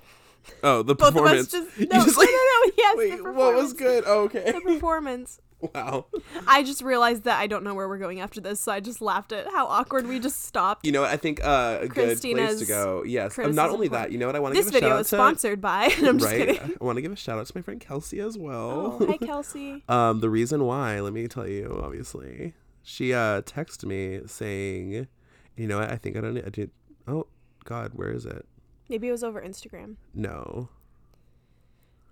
Speaker 2: Oh, the
Speaker 1: Both of us
Speaker 2: performance.
Speaker 1: just.
Speaker 2: You
Speaker 1: No,
Speaker 2: just
Speaker 1: no,
Speaker 2: like-
Speaker 1: no, no. Yes. the
Speaker 2: Wait, what
Speaker 1: performance.
Speaker 2: was good? Oh, okay.
Speaker 1: The performance.
Speaker 2: Wow.
Speaker 1: I just realized that I don't know where we're going after this, so I just laughed at how awkward we just stopped.
Speaker 2: You know what? I think uh, a good place to
Speaker 1: Christina's
Speaker 2: go. Yes. Um, not
Speaker 1: criticism
Speaker 2: only
Speaker 1: point.
Speaker 2: that, you know what? I want to
Speaker 1: this
Speaker 2: give a shout
Speaker 1: video
Speaker 2: out
Speaker 1: is
Speaker 2: to.
Speaker 1: sponsored by. And I'm just
Speaker 2: right.
Speaker 1: kidding.
Speaker 2: I want to give a shout out to my friend Kelsey as well.
Speaker 1: Oh, hi, Kelsey.
Speaker 2: Um, the reason why, let me tell you, obviously, she uh texted me saying, you know, what? I think I don't, I did. Oh God, where is it?
Speaker 1: Maybe it was over Instagram.
Speaker 2: No,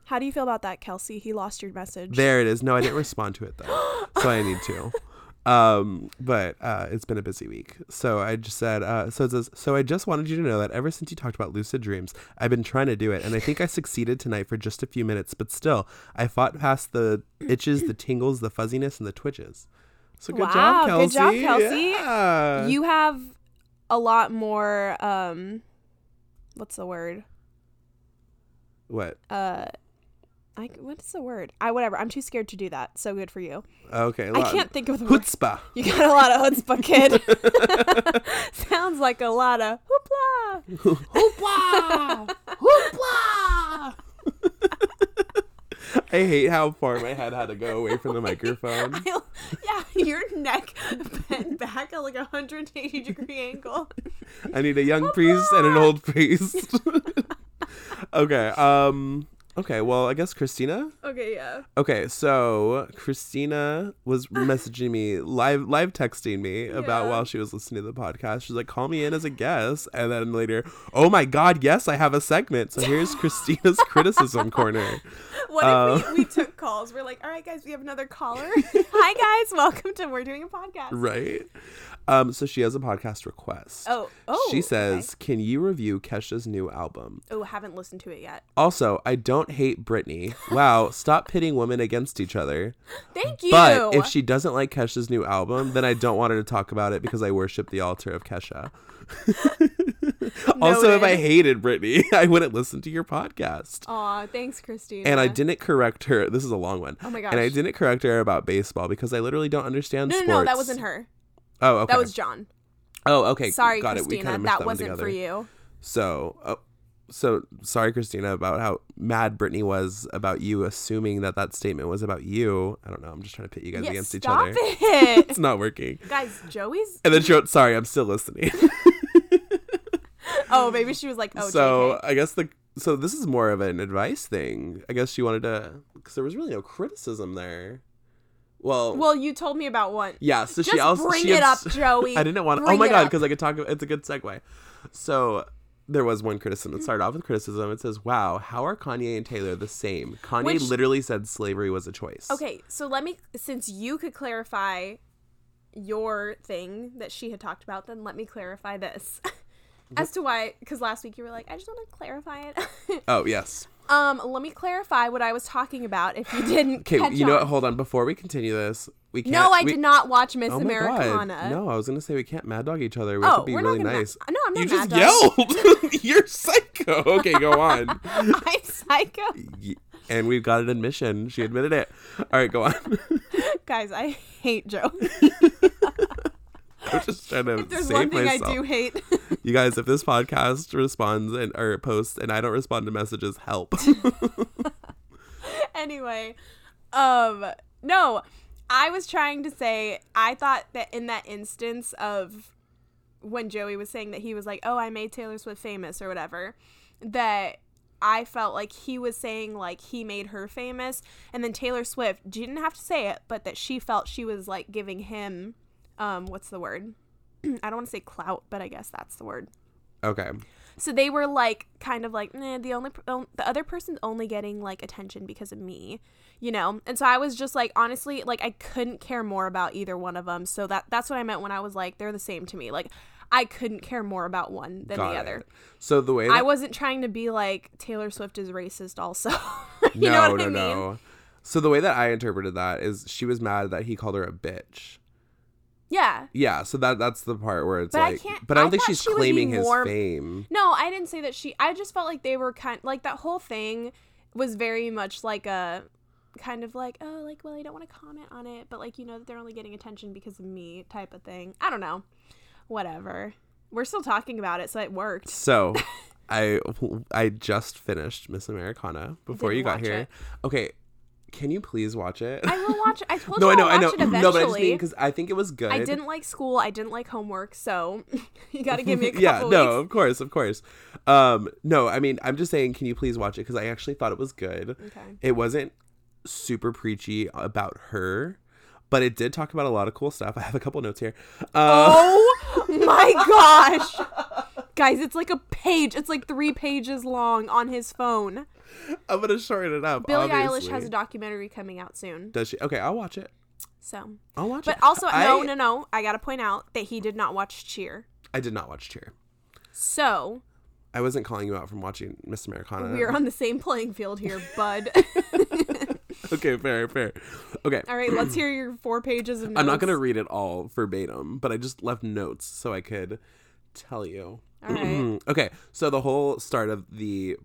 Speaker 1: How do you feel about that, Kelsey? He lost your message.
Speaker 2: there it is. No, I didn't respond to it though, so I need to. Um, but uh, it's been a busy week, so I just said, uh, so it says, so I just wanted you to know that ever since you talked about lucid dreams, I've been trying to do it, and I think I succeeded tonight for just a few minutes, but still, I fought past the itches, the tingles, the fuzziness, and the twitches. So good job,
Speaker 1: Wow, good
Speaker 2: Kelsey.
Speaker 1: job, Kelsey.
Speaker 2: Yeah.
Speaker 1: you have a lot more. um What's the word?
Speaker 2: What?
Speaker 1: Uh, I what's the word? I whatever. I'm too scared to do that. So good for you.
Speaker 2: Okay.
Speaker 1: I can't think of the word.
Speaker 2: Chutzpah.
Speaker 1: You got a lot of chutzpah, kid. Sounds like a lot of hoopla.
Speaker 2: Hoopla! Hoopla! I hate how far my head had to go away from the microphone.
Speaker 1: I- yeah, your neck bent back at like a 180 degree angle.
Speaker 2: I need a young priest and an old priest. okay. Um. Okay. Well, I guess Christina.
Speaker 1: Okay, yeah.
Speaker 2: Okay, so Christina was messaging me live, live texting me about
Speaker 1: Yeah.
Speaker 2: while she was listening to the podcast. She's like, "Call me in as a guest," and then later, "Oh my God, yes, I have a segment." So here's Christina's criticism corner.
Speaker 1: What if
Speaker 2: Uh.
Speaker 1: we, we took calls? We're like, all right, guys, we have another caller. Hi, guys, welcome to We're Doing a Podcast.
Speaker 2: right? Um, so she has a podcast request.
Speaker 1: Oh, oh.
Speaker 2: she says, "Can you review Kesha's new album?"
Speaker 1: okay. oh, haven't listened to it yet.
Speaker 2: Also, I don't hate Britney. Wow, stop pitting women against each other.
Speaker 1: Thank you.
Speaker 2: But if she doesn't like Kesha's new album, then I don't want her to talk about it because I worship the altar of Kesha. also, if I
Speaker 1: Noted.
Speaker 2: hated Britney, I wouldn't listen to your podcast.
Speaker 1: Aw, thanks, Christine.
Speaker 2: And I didn't correct her. This is a long one.
Speaker 1: Oh my
Speaker 2: And I
Speaker 1: gosh.
Speaker 2: didn't correct her about baseball because I literally don't understand
Speaker 1: No, no,
Speaker 2: sports.
Speaker 1: no, that wasn't her.
Speaker 2: Oh, okay.
Speaker 1: That was John.
Speaker 2: Oh, okay.
Speaker 1: Sorry,
Speaker 2: Got it. We
Speaker 1: Christina.
Speaker 2: kinda
Speaker 1: that
Speaker 2: mixed one
Speaker 1: wasn't for
Speaker 2: together.
Speaker 1: you.
Speaker 2: So, oh, so sorry, Christina, about how mad Brittany was about you assuming that that statement was about you. I don't know. I'm just trying to pit you guys
Speaker 1: Yeah,
Speaker 2: against each
Speaker 1: stop
Speaker 2: other.
Speaker 1: it.
Speaker 2: It's not working.
Speaker 1: guys, Joey's.
Speaker 2: And then she wrote, "Sorry, I'm still listening."
Speaker 1: Oh, maybe she was like, oh,
Speaker 2: so
Speaker 1: JK.
Speaker 2: I guess the so this is more of an advice thing. I guess she wanted to because there was really no criticism there. Well,
Speaker 1: Well, you told me about one.
Speaker 2: uh, yeah. So
Speaker 1: Just
Speaker 2: she also
Speaker 1: bring
Speaker 2: she
Speaker 1: it up,
Speaker 2: abs-
Speaker 1: Joey.
Speaker 2: I didn't want. to. Oh
Speaker 1: Bring
Speaker 2: my
Speaker 1: it
Speaker 2: god,
Speaker 1: up.
Speaker 2: because I could talk. ab- It's a good segue. So there was one criticism. It started off with criticism. It says, "Wow, how are Kanye and Taylor the same?" Kanye
Speaker 1: Which-
Speaker 2: literally said slavery was a choice.
Speaker 1: Okay, so let me since you could clarify your thing that she had talked about, then let me clarify this. As to why cuz last week you were like, I just want to clarify it.
Speaker 2: Oh yes.
Speaker 1: um, let me clarify what I was talking about if you didn't
Speaker 2: Okay.
Speaker 1: catch
Speaker 2: You know what?
Speaker 1: on.
Speaker 2: Hold on. Before we continue this, we can't.
Speaker 1: No, I
Speaker 2: we-
Speaker 1: did not watch Miss
Speaker 2: Oh my
Speaker 1: Americana.
Speaker 2: god. No, I was gonna say we can't mad dog each other. We have
Speaker 1: Oh,
Speaker 2: to be
Speaker 1: we're
Speaker 2: really
Speaker 1: not gonna
Speaker 2: nice.
Speaker 1: No, I'm not
Speaker 2: you
Speaker 1: mad
Speaker 2: just
Speaker 1: dog.
Speaker 2: yelled. You're psycho. Okay, go on.
Speaker 1: I'm psycho.
Speaker 2: Y- and we've got an admission. She admitted it. All right, go on.
Speaker 1: Guys, I hate Joe.
Speaker 2: I'm just trying to
Speaker 1: If there's
Speaker 2: save
Speaker 1: one thing
Speaker 2: myself.
Speaker 1: I do hate.
Speaker 2: You guys, if this podcast responds and or posts and I don't respond to messages, help.
Speaker 1: anyway, um, no, I was trying to say I thought that in that instance of when Joey was saying that he was like, "Oh, I made Taylor Swift famous" or whatever, that I felt like he was saying like he made her famous, and then Taylor Swift she didn't have to say it, but that she felt she was like giving him, um, what's the word? I don't want to say clout, but I guess that's the word.
Speaker 2: okay.
Speaker 1: So they were like, kind of like, nah, the only um, the other person's only getting like attention because of me, you know. And so I was just like, honestly, like I couldn't care more about either one of them. So that that's what I meant when I was like, they're the same to me. Like I couldn't care more about one than
Speaker 2: Got
Speaker 1: the
Speaker 2: it.
Speaker 1: other.
Speaker 2: So the way that
Speaker 1: I wasn't trying to be like Taylor Swift is racist. Also, you
Speaker 2: no,
Speaker 1: know what
Speaker 2: no,
Speaker 1: I mean?
Speaker 2: no. So the way that I interpreted that is she was mad that he called her a bitch.
Speaker 1: Yeah.
Speaker 2: Yeah, so that that's the part where it's
Speaker 1: But I
Speaker 2: like
Speaker 1: can't-
Speaker 2: but I don't
Speaker 1: I
Speaker 2: think
Speaker 1: thought
Speaker 2: she's
Speaker 1: she would be
Speaker 2: claiming his
Speaker 1: more-
Speaker 2: fame.
Speaker 1: No, I didn't say that she. I just felt like they were kind like that whole thing was very much like a kind of like, oh, like, well, I don't want to comment on it, but like, you know that they're only getting attention because of me type of thing. I don't know. Whatever. We're still talking about it, so it worked.
Speaker 2: So, I I just finished Miss Americana before
Speaker 1: didn't
Speaker 2: you got
Speaker 1: watch
Speaker 2: here.
Speaker 1: it.
Speaker 2: Okay, can you please watch it?
Speaker 1: I will watch. I told
Speaker 2: no, I
Speaker 1: you
Speaker 2: know,
Speaker 1: I'll
Speaker 2: I
Speaker 1: watch
Speaker 2: know.
Speaker 1: it eventually.
Speaker 2: No, but I just mean because I think it was good.
Speaker 1: I didn't like school. I didn't like homework. So you got to give me a couple
Speaker 2: yeah, no,
Speaker 1: weeks.
Speaker 2: of course, of course. Um, no, I mean, I'm just saying, can you please watch it? Because I actually thought it was good.
Speaker 1: Okay.
Speaker 2: It wasn't super preachy about her, but it did talk about a lot of cool stuff. I have a couple notes here. Uh,
Speaker 1: Oh my gosh. Guys, it's like a page. It's like three pages long on his phone.
Speaker 2: I'm gonna shorten it up.
Speaker 1: Billie
Speaker 2: obviously.
Speaker 1: Eilish has a documentary coming out soon.
Speaker 2: Does she? Okay, I'll watch it.
Speaker 1: So,
Speaker 2: I'll watch it.
Speaker 1: but also,
Speaker 2: I,
Speaker 1: no, no, no. I got to point out that he did not watch Cheer.
Speaker 2: I did not watch Cheer.
Speaker 1: So,
Speaker 2: I wasn't calling you out from watching Miss Americana.
Speaker 1: we are on the same playing field here, bud.
Speaker 2: okay, fair, fair. Okay,
Speaker 1: All right, let's hear your four pages of notes.
Speaker 2: I'm not gonna read it all verbatim, but I just left notes so I could tell you.
Speaker 1: All right.
Speaker 2: Mm, okay, so the whole start of the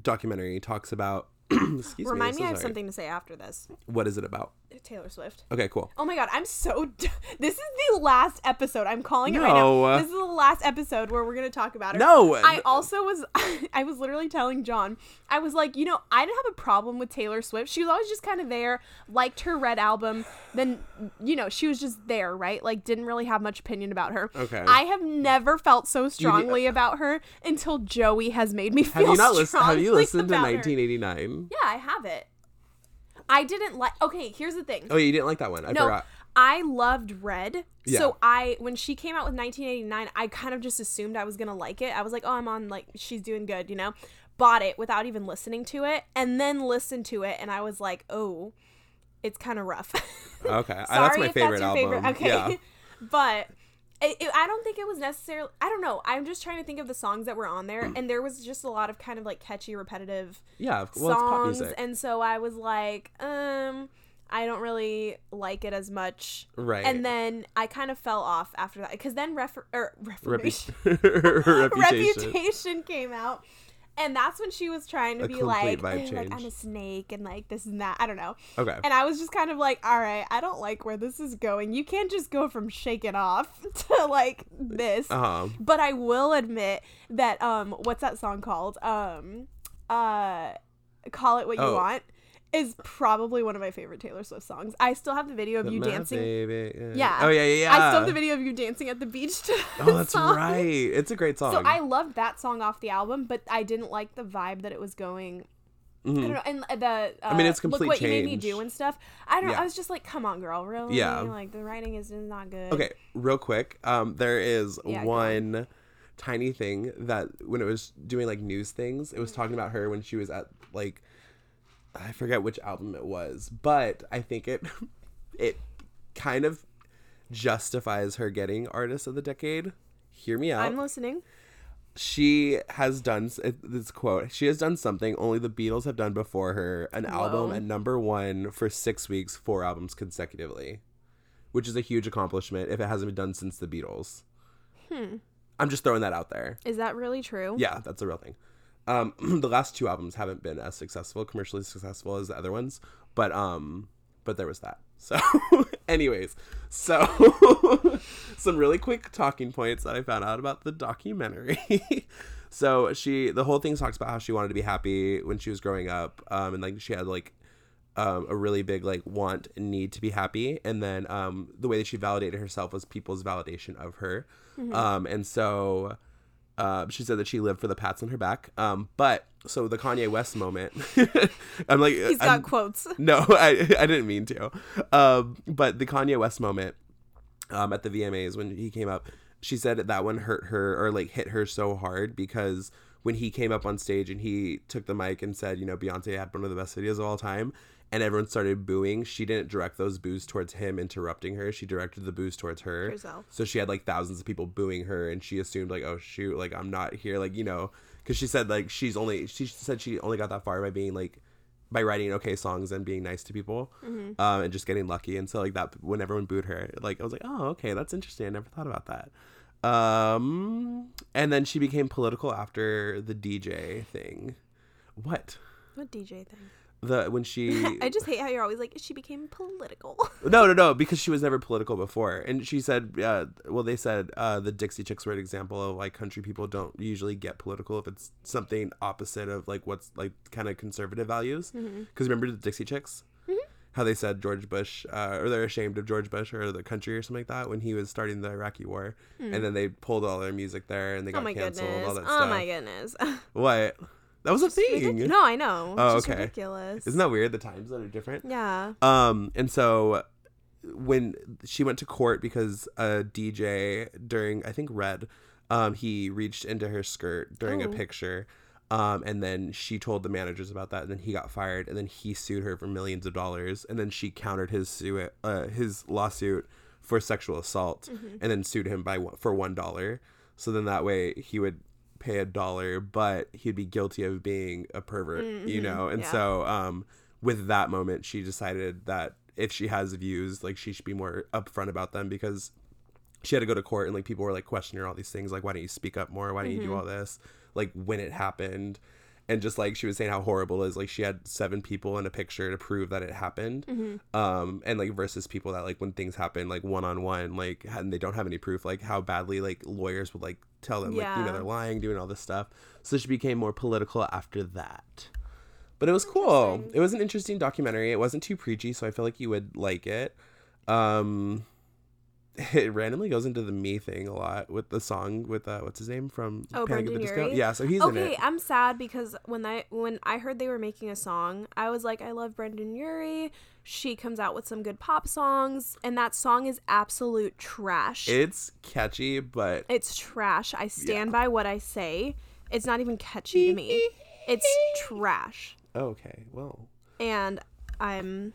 Speaker 2: documentary talks about. excuse
Speaker 1: Remind
Speaker 2: me.
Speaker 1: me,
Speaker 2: I'm so
Speaker 1: I have
Speaker 2: sorry.
Speaker 1: something to say after this.
Speaker 2: What is it about?
Speaker 1: Taylor Swift.
Speaker 2: Okay, cool.
Speaker 1: Oh my god, I'm so. D- this is the last episode. I'm calling it right now.
Speaker 2: No.
Speaker 1: This is the last episode where we're gonna talk about her.
Speaker 2: No,
Speaker 1: I also was. I was literally telling John. I was like, you know, I didn't have a problem with Taylor Swift. She was always just kind of there. Liked her Red album. Then, you know, she was just there, right? Like, didn't really have much opinion about her.
Speaker 2: Okay. uh,
Speaker 1: I have never felt so strongly about her until Joey has made me feel.
Speaker 2: have you not listened? Have
Speaker 1: strongly
Speaker 2: you listened to
Speaker 1: about her.
Speaker 2: 1989?
Speaker 1: Yeah, I have it. I didn't like. Okay, here's the thing.
Speaker 2: Oh, you didn't like that one. I
Speaker 1: No,
Speaker 2: forgot.
Speaker 1: I loved Red.
Speaker 2: uh, Yeah.
Speaker 1: So I when she came out with 1989, I kind of just assumed I was going to like it. I was like, "Oh, I'm on like she's doing good, you know." Bought it without even listening to it and then listened to it and I was like, "Oh, it's kind of rough."
Speaker 2: Okay, I- Uh, that's my favorite album.
Speaker 1: Okay.
Speaker 2: Yeah.
Speaker 1: but it, it, I don't think it was necessarily. I don't know. I'm just trying to think of the songs that were on
Speaker 2: Mm.
Speaker 1: there, and there was just a lot of kind of like catchy, repetitive
Speaker 2: Yeah, of- well, it's pop
Speaker 1: songs,
Speaker 2: music,
Speaker 1: and so I was like, um, I don't really like it as much.
Speaker 2: right?
Speaker 1: And then I kind of fell off after that because then refer- er, reformation,
Speaker 2: Repu- reputation.
Speaker 1: reputation came out, and that's when she was trying to
Speaker 2: A
Speaker 1: be like,
Speaker 2: complete vibe
Speaker 1: "Eh, like, I'm
Speaker 2: change.
Speaker 1: a snake and like this and that. I don't know.
Speaker 2: Okay.
Speaker 1: And I was just kind of like, all right, I don't like where this is going. You can't just go from shake it off to like this.
Speaker 2: Uh huh.
Speaker 1: But I will admit that um what's that song called? Um uh Call It What You
Speaker 2: Oh.
Speaker 1: Want is probably one of my favorite Taylor Swift songs. I still have the video of you
Speaker 2: My
Speaker 1: dancing.
Speaker 2: baby,
Speaker 1: Yeah.
Speaker 2: Oh yeah, yeah, yeah.
Speaker 1: I still have the video of you dancing at the beach to
Speaker 2: Oh,
Speaker 1: that
Speaker 2: that's
Speaker 1: song.
Speaker 2: right. It's a great song.
Speaker 1: So I loved that song off the album, but I didn't like the vibe that it was going. I don't know, and the uh, I
Speaker 2: Mm-hmm. mean, it's complete
Speaker 1: look what you made me
Speaker 2: change.
Speaker 1: do and stuff. I don't. know.
Speaker 2: Yeah.
Speaker 1: I was just like, come on, girl, really?
Speaker 2: Yeah.
Speaker 1: Like the writing is is not good.
Speaker 2: Okay, real quick. Um, there is
Speaker 1: Yeah, go
Speaker 2: one tiny thing that when it was doing like news things, it was talking about her when she was at like I forget which album it was, but I think it it kind of justifies her getting artist of the decade. Hear me out
Speaker 1: I'm listening.
Speaker 2: she has done s- it- this quote she has done something only the beatles have done before her an album
Speaker 1: Whoa.
Speaker 2: at number one for six weeks four albums consecutively which is a huge accomplishment if it hasn't been done since the beatles i'm just throwing that out there
Speaker 1: Is that really true?
Speaker 2: yeah that's a real thing um, the last two albums haven't been as successful commercially successful as the other ones but um but there was that so anyways so some really quick talking points that i found out about the documentary so she the whole thing talks about how she wanted to be happy when she was growing up um and like she had like um, a really big like want and need to be happy and then um the way that she validated herself was people's validation of her
Speaker 1: Mm-hmm.
Speaker 2: um and so uh, she said that she lived for the pats on her back. Um, but so the Kanye West moment, I'm like,
Speaker 1: He's got
Speaker 2: I'm-
Speaker 1: quotes.
Speaker 2: no, I, I didn't mean to. Um, but the Kanye West moment um, at the VMAs when he came up, she said that, that one hurt her or like hit her so hard because when he came up on stage and he took the mic and said, you know, Beyonce had one of the best videos of all time, and everyone started booing, she didn't direct those boos towards him interrupting her. She directed the boos towards her.
Speaker 1: Herself.
Speaker 2: So she had like thousands of people booing her, and she assumed like, oh shoot, like I'm not here, like you know, because she said like she's only she said she only got that far by being like by writing okay songs and being nice to people, um, and just getting lucky. And so like that when everyone booed her, like I was like, oh okay, that's interesting. I never thought about that. Um, and then she became political after the DJ thing. What?
Speaker 1: What DJ thing?
Speaker 2: The when she
Speaker 1: I just hate how you're always like she became political.
Speaker 2: No, no, no, because she was never political before. And she said, uh, well, they said uh, the Dixie Chicks were an example of like country people don't usually get political if it's something opposite of like what's like kind of conservative values.
Speaker 1: Mm-hmm.
Speaker 2: Because remember the Dixie Chicks? How they said George Bush, uh, or they're ashamed of George Bush or the country or something like that when he was starting the Iraqi war. And then they pulled all their music there and they
Speaker 1: Hmm. oh
Speaker 2: got
Speaker 1: my
Speaker 2: canceled, all
Speaker 1: goodness.
Speaker 2: that
Speaker 1: Oh
Speaker 2: stuff.
Speaker 1: my goodness.
Speaker 2: What? That was a thing.
Speaker 1: no, I know.
Speaker 2: Oh,
Speaker 1: it's just
Speaker 2: okay.
Speaker 1: ridiculous.
Speaker 2: Isn't that weird? The times that are different?
Speaker 1: yeah.
Speaker 2: Um, and so when she went to court because a DJ during I think Red, um, he reached into her skirt during a
Speaker 1: Oh.
Speaker 2: picture. Um, and then she told the managers about that, and then he got fired, and then he sued her for millions of dollars, and then she countered his suit, uh, his lawsuit for sexual assault,
Speaker 1: Mm-hmm.
Speaker 2: and then sued him by one, for one dollar. So then that way he would pay a dollar, but he'd be guilty of being a pervert, you know.
Speaker 1: Mm-hmm.
Speaker 2: And
Speaker 1: yeah.
Speaker 2: so, um, with that moment, she decided that if she has views, like she should be more upfront about them because she had to go to court and like people were like questioning her all these things like why don't you speak up more why don't you do all this like when it happened and just like she was saying how horrible it is like she had seven people in a picture to prove that it happened um and like versus people that like when things happen like one-on-one like and they don't have any proof like how badly like lawyers would like tell them like you know
Speaker 1: Yeah.
Speaker 2: they're lying doing all this stuff so she became more political after that but it was cool it was an interesting documentary it wasn't too preachy so i feel like you would like it um it randomly goes into the me thing a lot with the song with uh what's his name from
Speaker 1: Oh, Brendan Urie?
Speaker 2: Yeah, so he's in
Speaker 1: Okay,
Speaker 2: it.
Speaker 1: I'm sad because when I when I heard they were making a song, I was like, I love Brendan Urie. She comes out with some good pop songs, and that song is absolute trash.
Speaker 2: It's catchy, but
Speaker 1: It's trash. I stand by what I say. It's not even catchy to me. It's trash.
Speaker 2: oh, okay. Well,
Speaker 1: And I'm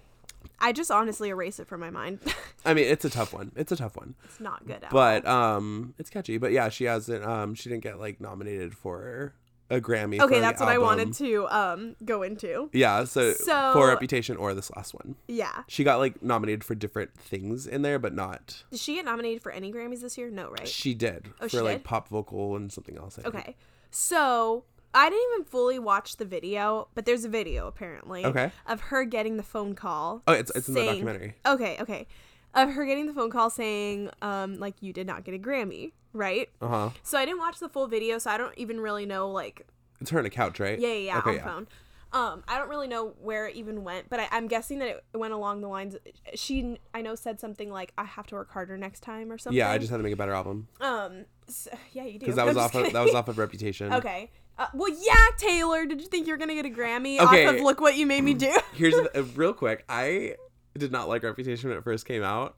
Speaker 1: I just honestly erase it from my mind.
Speaker 2: I mean, it's a tough one. It's a tough one,
Speaker 1: it's not good at all.
Speaker 2: but um, it's catchy. But yeah, she hasn't. Um, she didn't get like nominated for a Grammy.
Speaker 1: Okay,
Speaker 2: for
Speaker 1: that's
Speaker 2: an
Speaker 1: what I wanted
Speaker 2: album.
Speaker 1: to um go into.
Speaker 2: Yeah, so,
Speaker 1: So-
Speaker 2: for Reputation or this last one,
Speaker 1: Yeah.
Speaker 2: she got like nominated for different things in there, but not.
Speaker 1: Did she get nominated for any Grammys this year? No, right?
Speaker 2: She did
Speaker 1: Oh,
Speaker 2: for
Speaker 1: she
Speaker 2: like
Speaker 1: did?
Speaker 2: pop vocal and something else. I think.
Speaker 1: Okay. So I didn't even fully watch the video, but there's a video apparently
Speaker 2: Okay.
Speaker 1: of her getting the phone call.
Speaker 2: Oh, it's it's in the
Speaker 1: saying-
Speaker 2: documentary.
Speaker 1: Okay, okay. Of her getting the phone call saying, um, like you did not get a Grammy, right?
Speaker 2: Uh huh.
Speaker 1: So I didn't watch the full video, so I don't even really know like
Speaker 2: It's her on a couch, right?
Speaker 1: yeah, yeah, yeah
Speaker 2: Okay,
Speaker 1: on phone. Um, I don't really know where it even went, but I, I'm guessing that it went along the lines. She, I know, said something like, "I have to work harder next time" or something.
Speaker 2: Yeah, I just had to make a better album
Speaker 1: um, so- yeah, you do.
Speaker 2: because that
Speaker 1: I'm
Speaker 2: was
Speaker 1: just
Speaker 2: off of,
Speaker 1: kidding.
Speaker 2: that was off of Reputation.
Speaker 1: Okay. Uh, well, yeah, Taylor. Did you think you were gonna get a Grammy
Speaker 2: Okay.
Speaker 1: off of "Look What You Made Me Do"?
Speaker 2: Here's the, uh, real quick. I did not like Reputation when it first came out,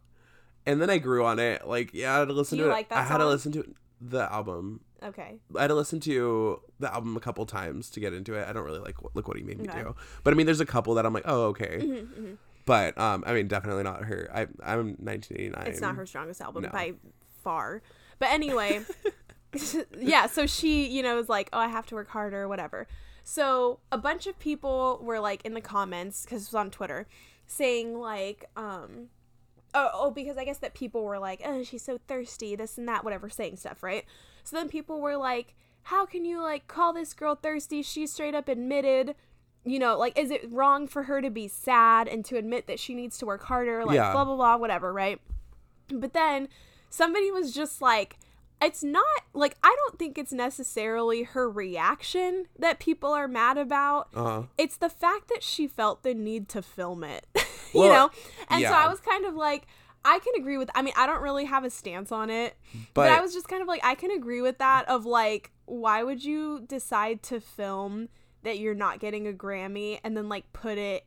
Speaker 2: and then I grew on it. Like, yeah, I had to listen
Speaker 1: Do
Speaker 2: to
Speaker 1: you
Speaker 2: it.
Speaker 1: like that
Speaker 2: I had to
Speaker 1: song?
Speaker 2: listen to the album.
Speaker 1: okay.
Speaker 2: I had to listen to the album a couple times to get into it. I don't really like what- look what he made me
Speaker 1: Okay. Mm-hmm,
Speaker 2: do, but I mean, there's a couple that I'm like, oh okay, but um, I mean, definitely not her. I I'm 1989.
Speaker 1: It's not her strongest album
Speaker 2: No.
Speaker 1: by far. But anyway, yeah, so she, you know, is like, oh, I have to work harder, whatever. So a bunch of people were like in the comments, because it was on Twitter, saying like, um, oh, oh, because I guess that people were like, oh, she's so thirsty, this and that, whatever, saying stuff, right? So then people were like, how can you like call this girl thirsty? She straight up admitted. You know, like, is it wrong for her to be sad and to admit that she needs to work harder? Like,
Speaker 2: Yeah.
Speaker 1: blah, blah, blah, whatever, right? But then somebody was just like, it's not like I don't think it's necessarily her reaction that people are mad about.
Speaker 2: Uh-huh.
Speaker 1: It's the fact that she felt the need to film it, you
Speaker 2: Well,
Speaker 1: know? And so
Speaker 2: yeah.
Speaker 1: I was kind of like, I can agree with, I mean, I don't really have a stance on it, but,
Speaker 2: But-
Speaker 1: I was just kind of like, I can agree with that of like, why would you decide to film that you're not getting a Grammy and then like put it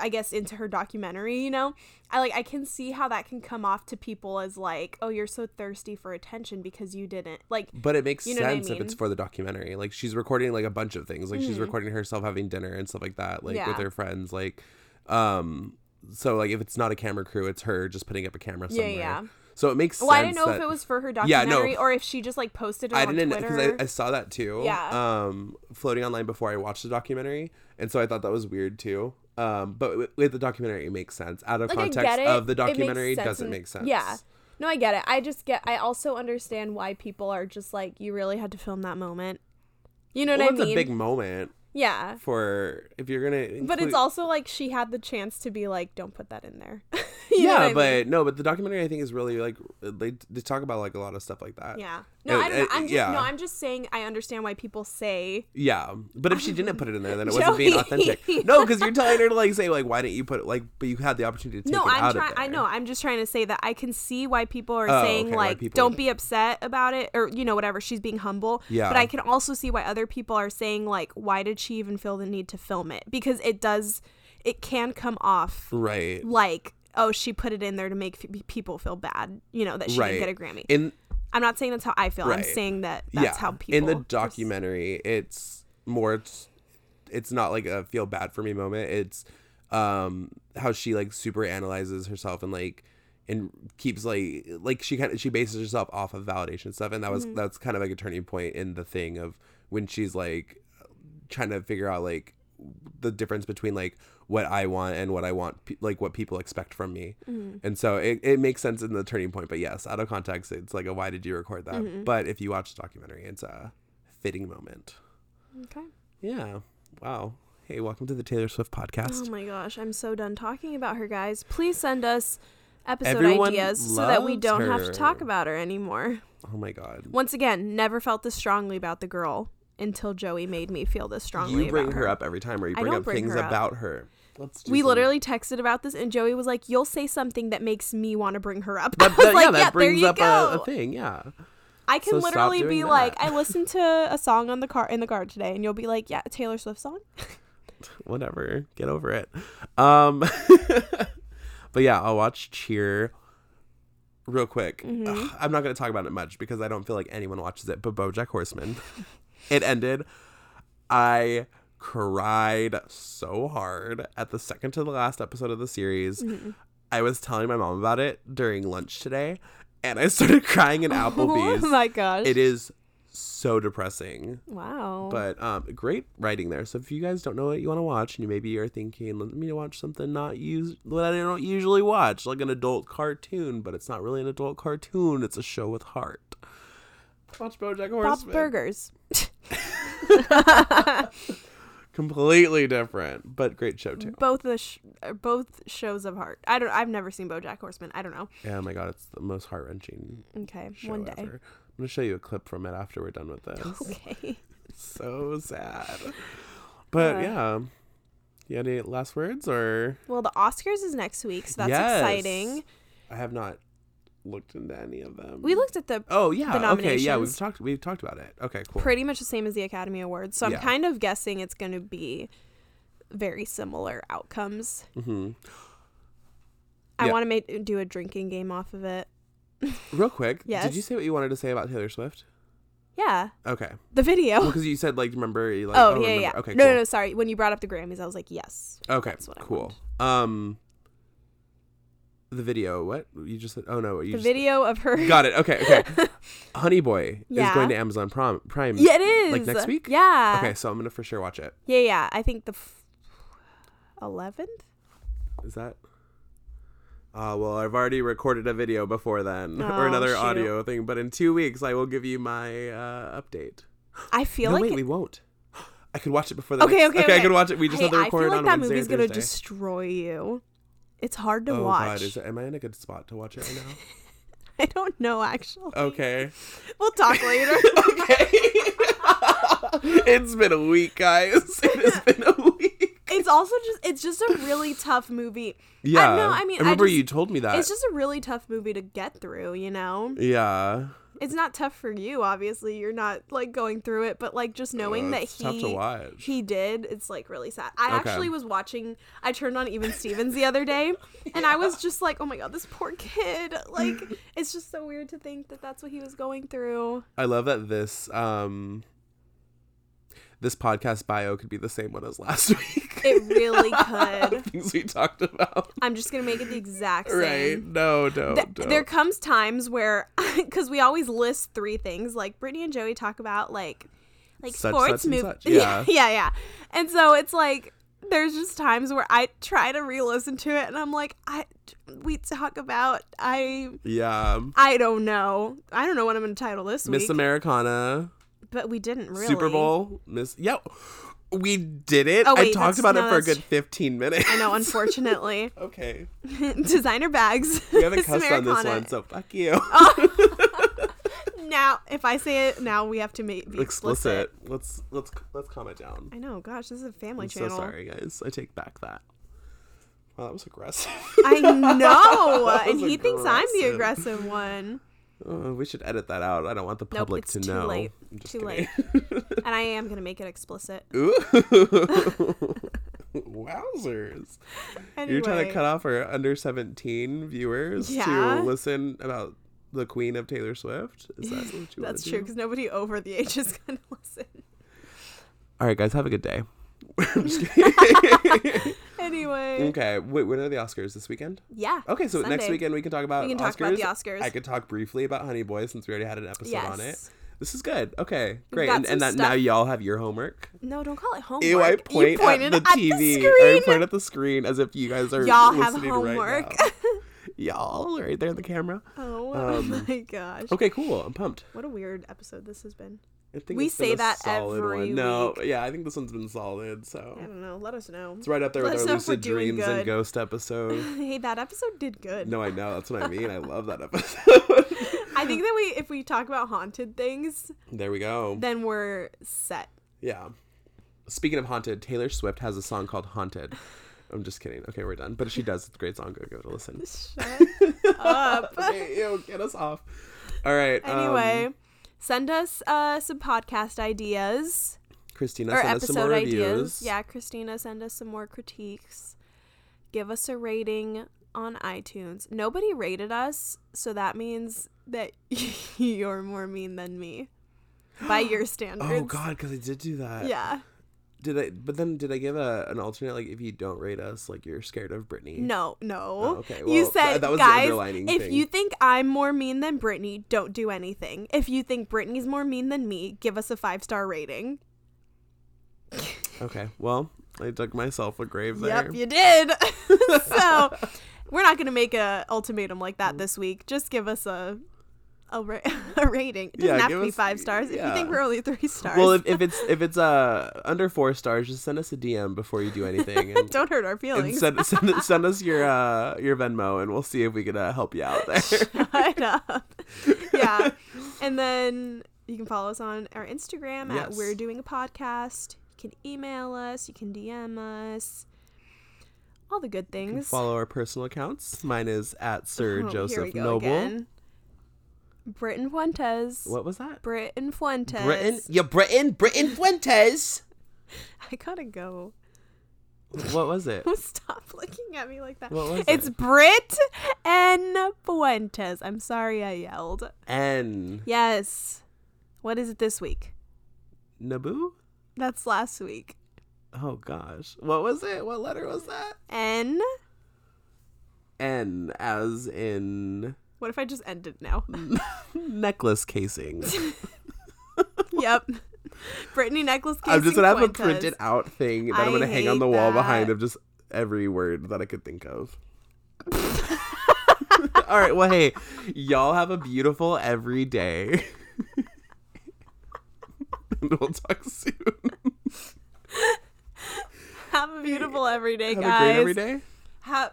Speaker 1: I guess into her documentary, you know. I like I can see how that can come off to people as like, "Oh, you're so thirsty for attention because you didn't." Like,
Speaker 2: But it makes
Speaker 1: You know what I
Speaker 2: sense if it's
Speaker 1: mean? Mm-hmm.
Speaker 2: for the documentary. Like she's recording like a bunch of things. Like she's recording herself having dinner and stuff like that, like with
Speaker 1: Yeah.
Speaker 2: her friends. Like, um, so like if it's not a camera crew, it's her just putting up a camera
Speaker 1: Yeah,
Speaker 2: somewhere.
Speaker 1: yeah.
Speaker 2: So it makes.
Speaker 1: well, I
Speaker 2: sense
Speaker 1: didn't know if
Speaker 2: that-
Speaker 1: it was for her
Speaker 2: Yeah, no.
Speaker 1: documentary or if she just like posted it
Speaker 2: I
Speaker 1: on
Speaker 2: didn't because
Speaker 1: Twitter.
Speaker 2: I, I saw that too.
Speaker 1: Yeah.
Speaker 2: Um, floating online before I watched the documentary, and so I thought that was weird too. Um, but with, with the documentary, it makes sense. Out of
Speaker 1: like
Speaker 2: context
Speaker 1: I get it.
Speaker 2: of the
Speaker 1: It makes
Speaker 2: documentary,
Speaker 1: sense
Speaker 2: doesn't
Speaker 1: and-
Speaker 2: make sense.
Speaker 1: Yeah. No, I get it. I just get I also understand why people are just like, "You really had to film that moment." You know what
Speaker 2: Well,
Speaker 1: I
Speaker 2: it's
Speaker 1: mean?
Speaker 2: a big moment.
Speaker 1: Yeah.
Speaker 2: for if you're gonna. Include,
Speaker 1: But it's also like she had the chance to be like, don't put that in there. You know what
Speaker 2: yeah,
Speaker 1: I
Speaker 2: but
Speaker 1: mean?
Speaker 2: no, but the documentary I think is really like uh, they, they talk about like a lot of stuff like that.
Speaker 1: yeah. No,
Speaker 2: it-
Speaker 1: I don't know.
Speaker 2: it-
Speaker 1: I'm just,
Speaker 2: yeah.
Speaker 1: no, I'm just saying I understand why people say
Speaker 2: Yeah, but if she didn't put it in there, then it wasn't being
Speaker 1: Joey.
Speaker 2: authentic. No, because you're telling her to like say like, why didn't you put it like? But you had the opportunity to take
Speaker 1: no.
Speaker 2: it
Speaker 1: I'm
Speaker 2: out of
Speaker 1: trying.
Speaker 2: there.
Speaker 1: I know. I'm just trying to say that I can see why people are
Speaker 2: Oh,
Speaker 1: saying
Speaker 2: okay, why
Speaker 1: like,
Speaker 2: people-
Speaker 1: don't be upset about it, or you know, whatever. She's being humble.
Speaker 2: Yeah.
Speaker 1: But I can also see why other people are saying like, why did she even feel the need to film it? Because it does, it can come off
Speaker 2: Right.
Speaker 1: like, oh, she put it in there to make f- people feel bad. You know that she
Speaker 2: Right.
Speaker 1: didn't get a Grammy.
Speaker 2: In
Speaker 1: I'm not saying that's how I feel. I'm
Speaker 2: Right.
Speaker 1: saying that that's
Speaker 2: yeah.
Speaker 1: how people
Speaker 2: in the documentary, it's more. It's, it's not like a feel bad for me moment. It's um how she like super analyzes herself and like and keeps like like she kind of she bases herself off of validation stuff and that was
Speaker 1: Mm-hmm.
Speaker 2: that's kind of like a turning point in the thing of when she's like trying to figure out like the difference between like what I want and what I want pe- like what people expect from me.
Speaker 1: Mm-hmm.
Speaker 2: And so it, it makes sense in the turning point, but yes, out of context it's like a why did you record that?
Speaker 1: Mm-hmm.
Speaker 2: But if you watch the documentary, it's a fitting moment.
Speaker 1: Okay.
Speaker 2: Yeah. Wow. Hey, welcome to the Taylor Swift podcast.
Speaker 1: Oh my gosh, I'm so done talking about her, guys. Please send us episode
Speaker 2: Everyone
Speaker 1: ideas so that we
Speaker 2: loves
Speaker 1: don't have to
Speaker 2: her.
Speaker 1: talk about her anymore.
Speaker 2: oh my god.
Speaker 1: Once again, never felt this strongly about the girl until Joey made me feel this strongly
Speaker 2: You bring
Speaker 1: about
Speaker 2: her. up every time, or you
Speaker 1: I
Speaker 2: bring
Speaker 1: don't
Speaker 2: up
Speaker 1: bring
Speaker 2: things
Speaker 1: her up.
Speaker 2: about her. Let's do
Speaker 1: We
Speaker 2: some-
Speaker 1: literally texted about this, and Joey was like, "You'll say something that makes me want to bring her up." I
Speaker 2: That,
Speaker 1: was
Speaker 2: that-
Speaker 1: like,
Speaker 2: yeah, that brings
Speaker 1: there you
Speaker 2: up
Speaker 1: go."
Speaker 2: a, a thing. Yeah.
Speaker 1: I can
Speaker 2: so stop
Speaker 1: literally
Speaker 2: doing
Speaker 1: be
Speaker 2: that.
Speaker 1: like, "I listened to a song on the car in the car today," and you'll be like, "Yeah, a Taylor Swift song."
Speaker 2: Whatever. Get over it. Um. but yeah, I'll watch Cheer. Real quick,
Speaker 1: Mm-hmm.
Speaker 2: Ugh, I'm not going to talk about it much because I don't feel like anyone watches it. But BoJack Horseman, it ended. I cried so hard at the second to the last episode of the series.
Speaker 1: Mm-hmm.
Speaker 2: I was telling my mom about it during lunch today, and I started crying in Applebee's.
Speaker 1: oh my gosh!
Speaker 2: It is so depressing.
Speaker 1: wow.
Speaker 2: But um, great writing there. So if you guys don't know what you want to watch, and you maybe are thinking, "Let me watch something not use what I don't usually watch, like an adult cartoon," but it's not really an adult cartoon. It's a show with heart. Watch BoJack
Speaker 1: Bob's
Speaker 2: Horseman.
Speaker 1: Burgers.
Speaker 2: Completely different, but great show too.
Speaker 1: both the sh- uh, both shows of heart. I don't. I've never seen BoJack Horseman. I don't know.
Speaker 2: Yeah, oh my god, it's the most heart wrenching
Speaker 1: Okay,
Speaker 2: show
Speaker 1: one day.
Speaker 2: ever. I'm gonna show you a clip from it after we're done with this.
Speaker 1: Okay.
Speaker 2: so sad. But
Speaker 1: Uh.
Speaker 2: yeah, you had any last words or?
Speaker 1: Well, the Oscars is next week, so that's
Speaker 2: Yes.
Speaker 1: exciting.
Speaker 2: I have not looked into any of them.
Speaker 1: We looked at the
Speaker 2: Oh yeah.
Speaker 1: the
Speaker 2: okay. Yeah, we've
Speaker 1: nominations.
Speaker 2: talked. We've talked about it. Okay. Cool.
Speaker 1: pretty much the same as the Academy Awards, so I'm
Speaker 2: Yeah.
Speaker 1: kind of guessing it's going to be very similar outcomes.
Speaker 2: hmm
Speaker 1: I
Speaker 2: Yeah.
Speaker 1: want to make do a drinking game off of it.
Speaker 2: Real quick. Did you
Speaker 1: Yes.
Speaker 2: say what you wanted to say about Taylor Swift?
Speaker 1: Yeah,
Speaker 2: Okay.
Speaker 1: the video.
Speaker 2: Because you said like remember. You, like,
Speaker 1: oh, yeah,
Speaker 2: remember.
Speaker 1: yeah.
Speaker 2: Okay.
Speaker 1: no,
Speaker 2: cool.
Speaker 1: no, no. Sorry, when you brought up the Grammys, I was like, yes.
Speaker 2: Okay.
Speaker 1: That's what I
Speaker 2: cool. Um. The video. What you just said? Oh no. You
Speaker 1: The
Speaker 2: just,
Speaker 1: video of her.
Speaker 2: Got it. Okay. Okay. Honey Boy
Speaker 1: Yeah.
Speaker 2: is going to Amazon Prom- Prime.
Speaker 1: Yeah, it is.
Speaker 2: Like next week.
Speaker 1: Yeah.
Speaker 2: Okay. So I'm gonna for sure watch it.
Speaker 1: Yeah, yeah. I think the eleventh.
Speaker 2: Is that? Uh, well, I've already recorded a video before then, or
Speaker 1: Oh,
Speaker 2: another
Speaker 1: shoot.
Speaker 2: audio thing. But in two weeks, I will give you my uh, update.
Speaker 1: I feel
Speaker 2: no,
Speaker 1: like
Speaker 2: wait,
Speaker 1: it-
Speaker 2: we won't. I could watch it before the
Speaker 1: okay, okay,
Speaker 2: next-
Speaker 1: okay,
Speaker 2: I could watch it. We just
Speaker 1: Hey,
Speaker 2: have to record
Speaker 1: I feel
Speaker 2: it
Speaker 1: like
Speaker 2: on
Speaker 1: that
Speaker 2: Wednesday
Speaker 1: movie's
Speaker 2: and Thursday.
Speaker 1: gonna destroy you. It's hard to
Speaker 2: oh
Speaker 1: watch.
Speaker 2: God, is, am I in a good spot to watch it right now?
Speaker 1: I don't know actually.
Speaker 2: Oh. Okay,
Speaker 1: We'll talk later.
Speaker 2: okay. it's been a week, guys. It has been a week.
Speaker 1: it's also just it's just a really tough movie.
Speaker 2: Yeah,
Speaker 1: I, no, I mean I
Speaker 2: remember
Speaker 1: just-
Speaker 2: you told me that.
Speaker 1: It's just a really tough movie to get through, you know?
Speaker 2: yeah,
Speaker 1: It's not tough for you, obviously. You're not like going through it, but like just knowing
Speaker 2: Uh,
Speaker 1: that
Speaker 2: it's
Speaker 1: he
Speaker 2: tough to watch.
Speaker 1: he did, it's like really sad. I
Speaker 2: Okay.
Speaker 1: actually was watching I turned on Even Stevens the other day and I was just like, "Oh my god, this poor kid." Like it's just so weird to think that that's what he was going through.
Speaker 2: I love that this um this podcast bio could be the same one as last week.
Speaker 1: It really could.
Speaker 2: Things we talked about.
Speaker 1: I'm just gonna make it the exact same.
Speaker 2: Right? No, no,
Speaker 1: Th-
Speaker 2: no.
Speaker 1: there comes times where, because we always list three things, like Brittany and Joey talk about like, like
Speaker 2: Such,
Speaker 1: sports
Speaker 2: such, and
Speaker 1: movies,
Speaker 2: such.
Speaker 1: yeah, yeah, yeah. And so it's like there's just times where I try to re-listen to it, and I'm like, I we talk about I
Speaker 2: yeah.
Speaker 1: I don't know, I don't know what I'm gonna title this
Speaker 2: Miss
Speaker 1: week,
Speaker 2: Americana,
Speaker 1: but we didn't really
Speaker 2: Super Bowl, Miss. Yeah. We did it.
Speaker 1: Oh,
Speaker 2: I
Speaker 1: wait,
Speaker 2: talked
Speaker 1: that's-
Speaker 2: about it
Speaker 1: no,
Speaker 2: for a
Speaker 1: that's
Speaker 2: good 15 minutes.
Speaker 1: I know, unfortunately.
Speaker 2: okay.
Speaker 1: Designer bags.
Speaker 2: We haven't
Speaker 1: Miss
Speaker 2: cussed on this
Speaker 1: Americana. Oh,
Speaker 2: one, so fuck you.
Speaker 1: Now, if I say it now, we have to make be explicit.
Speaker 2: Explicit. Let's let's let's calm it down.
Speaker 1: I know. Gosh, this is a family
Speaker 2: I'm so
Speaker 1: channel.
Speaker 2: sorry, guys. I take back that. Wow, that was aggressive.
Speaker 1: I know,
Speaker 2: That
Speaker 1: and
Speaker 2: was
Speaker 1: he thinks I'm the
Speaker 2: aggressive.
Speaker 1: aggressive one,
Speaker 2: Uh, we should edit that out. I don't want the
Speaker 1: Nope,
Speaker 2: public
Speaker 1: it's
Speaker 2: to
Speaker 1: too
Speaker 2: know.
Speaker 1: late.
Speaker 2: I'm just
Speaker 1: Too
Speaker 2: kidding.
Speaker 1: and I am gonna make it explicit.
Speaker 2: Ooh. Wowzers.
Speaker 1: Anyway,
Speaker 2: You're trying to cut off our under 17 viewers
Speaker 1: Yeah.
Speaker 2: to listen about the queen of Taylor Swift? Is that what you want
Speaker 1: that's true because nobody over the age is gonna listen.
Speaker 2: All right, guys, have a good day. I'm just kidding.
Speaker 1: Anyway,
Speaker 2: okay, wait, when are the Oscars this weekend?
Speaker 1: yeah.
Speaker 2: Mm. Okay, so next
Speaker 1: Sunday.
Speaker 2: weekend we can talk about
Speaker 1: We can talk about the Oscars.
Speaker 2: I could talk briefly about Honey Boy since we already had an episode on it.
Speaker 1: Yes.
Speaker 2: This is good. Okay, great.
Speaker 1: got
Speaker 2: And, and
Speaker 1: some
Speaker 2: that now
Speaker 1: stuff.
Speaker 2: y'all have your homework.
Speaker 1: No, don't call it homework.
Speaker 2: Ew, I
Speaker 1: You
Speaker 2: point at
Speaker 1: pointed
Speaker 2: the TV. I
Speaker 1: screen.
Speaker 2: point at the screen as if you guys are
Speaker 1: Y'all have
Speaker 2: listening
Speaker 1: homework.
Speaker 2: right now. y'all right there in the camera.
Speaker 1: oh my gosh!
Speaker 2: Um, Okay, cool. I'm pumped.
Speaker 1: What a weird episode this has been.
Speaker 2: I think
Speaker 1: We
Speaker 2: it's been
Speaker 1: say
Speaker 2: a
Speaker 1: that
Speaker 2: solid
Speaker 1: every
Speaker 2: one. No,
Speaker 1: week.
Speaker 2: yeah, I think this one's been solid. So
Speaker 1: I don't know. Let us know.
Speaker 2: it's right up there
Speaker 1: Let
Speaker 2: with
Speaker 1: us
Speaker 2: our
Speaker 1: know if we're
Speaker 2: lucid
Speaker 1: doing
Speaker 2: dreams and
Speaker 1: good.
Speaker 2: ghost episode.
Speaker 1: hey, that episode did good.
Speaker 2: No, I know. That's what I mean. I love that episode.
Speaker 1: I think that we, if we talk about haunted things,
Speaker 2: there we go.
Speaker 1: then we're set.
Speaker 2: Yeah. Speaking of haunted, Taylor Swift has a song called "Haunted." I'm just kidding. Okay, we're done. But if she does, it's a great song. Go give it a listen.
Speaker 1: Shut up.
Speaker 2: okay, ew, get us off. All right. um,
Speaker 1: Anyway, send us uh, some podcast ideas
Speaker 2: Christina,
Speaker 1: or
Speaker 2: send us some more
Speaker 1: episode
Speaker 2: reviews.
Speaker 1: ideas. Yeah, Christina, send us some more critiques. Give us a rating on iTunes. Nobody rated us, so that means that you're more mean than me by your standards.
Speaker 2: Oh God, because I did do that.
Speaker 1: Yeah.
Speaker 2: Did I? But then did I give a an alternate? Like, if you don't rate us, like you're scared of Britney.
Speaker 1: No, no.
Speaker 2: Oh, okay.
Speaker 1: you
Speaker 2: Well,
Speaker 1: said,
Speaker 2: th- that was the
Speaker 1: guys,
Speaker 2: underlining
Speaker 1: if
Speaker 2: thing."
Speaker 1: you think I'm more mean than Brittany, don't do anything. If you think Brittany's more mean than me, give us a five star rating.
Speaker 2: Okay. Well, I dug myself a grave there.
Speaker 1: Yep, you did. so we're not gonna make a ultimatum like
Speaker 2: Mm.
Speaker 1: that this week. Just give us a a, ra- a rating. It
Speaker 2: Yeah,
Speaker 1: doesn't have
Speaker 2: give
Speaker 1: to be
Speaker 2: us-
Speaker 1: five stars. If you think
Speaker 2: yeah.
Speaker 1: we're only three stars,
Speaker 2: Well, if, if it's if it's uh under four stars, just send us a DM before you do anything. And,
Speaker 1: don't hurt our
Speaker 2: and
Speaker 1: feelings.
Speaker 2: send, send send us your uh your Venmo, and we'll see if we can uh, help you out there.
Speaker 1: Shut up. yeah. And then you can follow us on our Instagram at
Speaker 2: Yes.
Speaker 1: We're Doing a Podcast. You can email us, you can DM us, all the good things.
Speaker 2: Follow our personal accounts. Mine is at
Speaker 1: Oh,
Speaker 2: Sir
Speaker 1: here we
Speaker 2: Joseph
Speaker 1: go
Speaker 2: Noble.
Speaker 1: again. Britton Fuentes.
Speaker 2: What was that?
Speaker 1: Britton Fuentes.
Speaker 2: Britain, yeah, Britain, Britain Fuentes.
Speaker 1: I gotta go.
Speaker 2: what was it?
Speaker 1: Stop looking at me like that.
Speaker 2: What was
Speaker 1: it's
Speaker 2: it?
Speaker 1: Brit and Fuentes. I'm sorry I yelled.
Speaker 2: N
Speaker 1: Yes. What is it this week?
Speaker 2: Naboo.
Speaker 1: That's last week.
Speaker 2: Oh gosh, what was it? What letter was that?
Speaker 1: N.
Speaker 2: N as in
Speaker 1: What if I just ended now?
Speaker 2: necklace casings.
Speaker 1: yep. Brittany necklace case.
Speaker 2: I'm just gonna have a printed out thing that I am
Speaker 1: I
Speaker 2: gonna hang on
Speaker 1: hate
Speaker 2: the wall
Speaker 1: that.
Speaker 2: behind of just every word that I could think of. All right, well, hey, y'all have a beautiful every day. and we'll talk soon.
Speaker 1: Have a beautiful every day,
Speaker 2: Have
Speaker 1: guys.
Speaker 2: a great every day.
Speaker 1: Have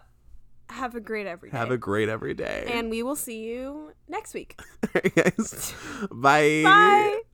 Speaker 1: have a great every day.
Speaker 2: Have a great every day.
Speaker 1: and we will see you next week.
Speaker 2: All right, guys. Bye.
Speaker 1: Bye.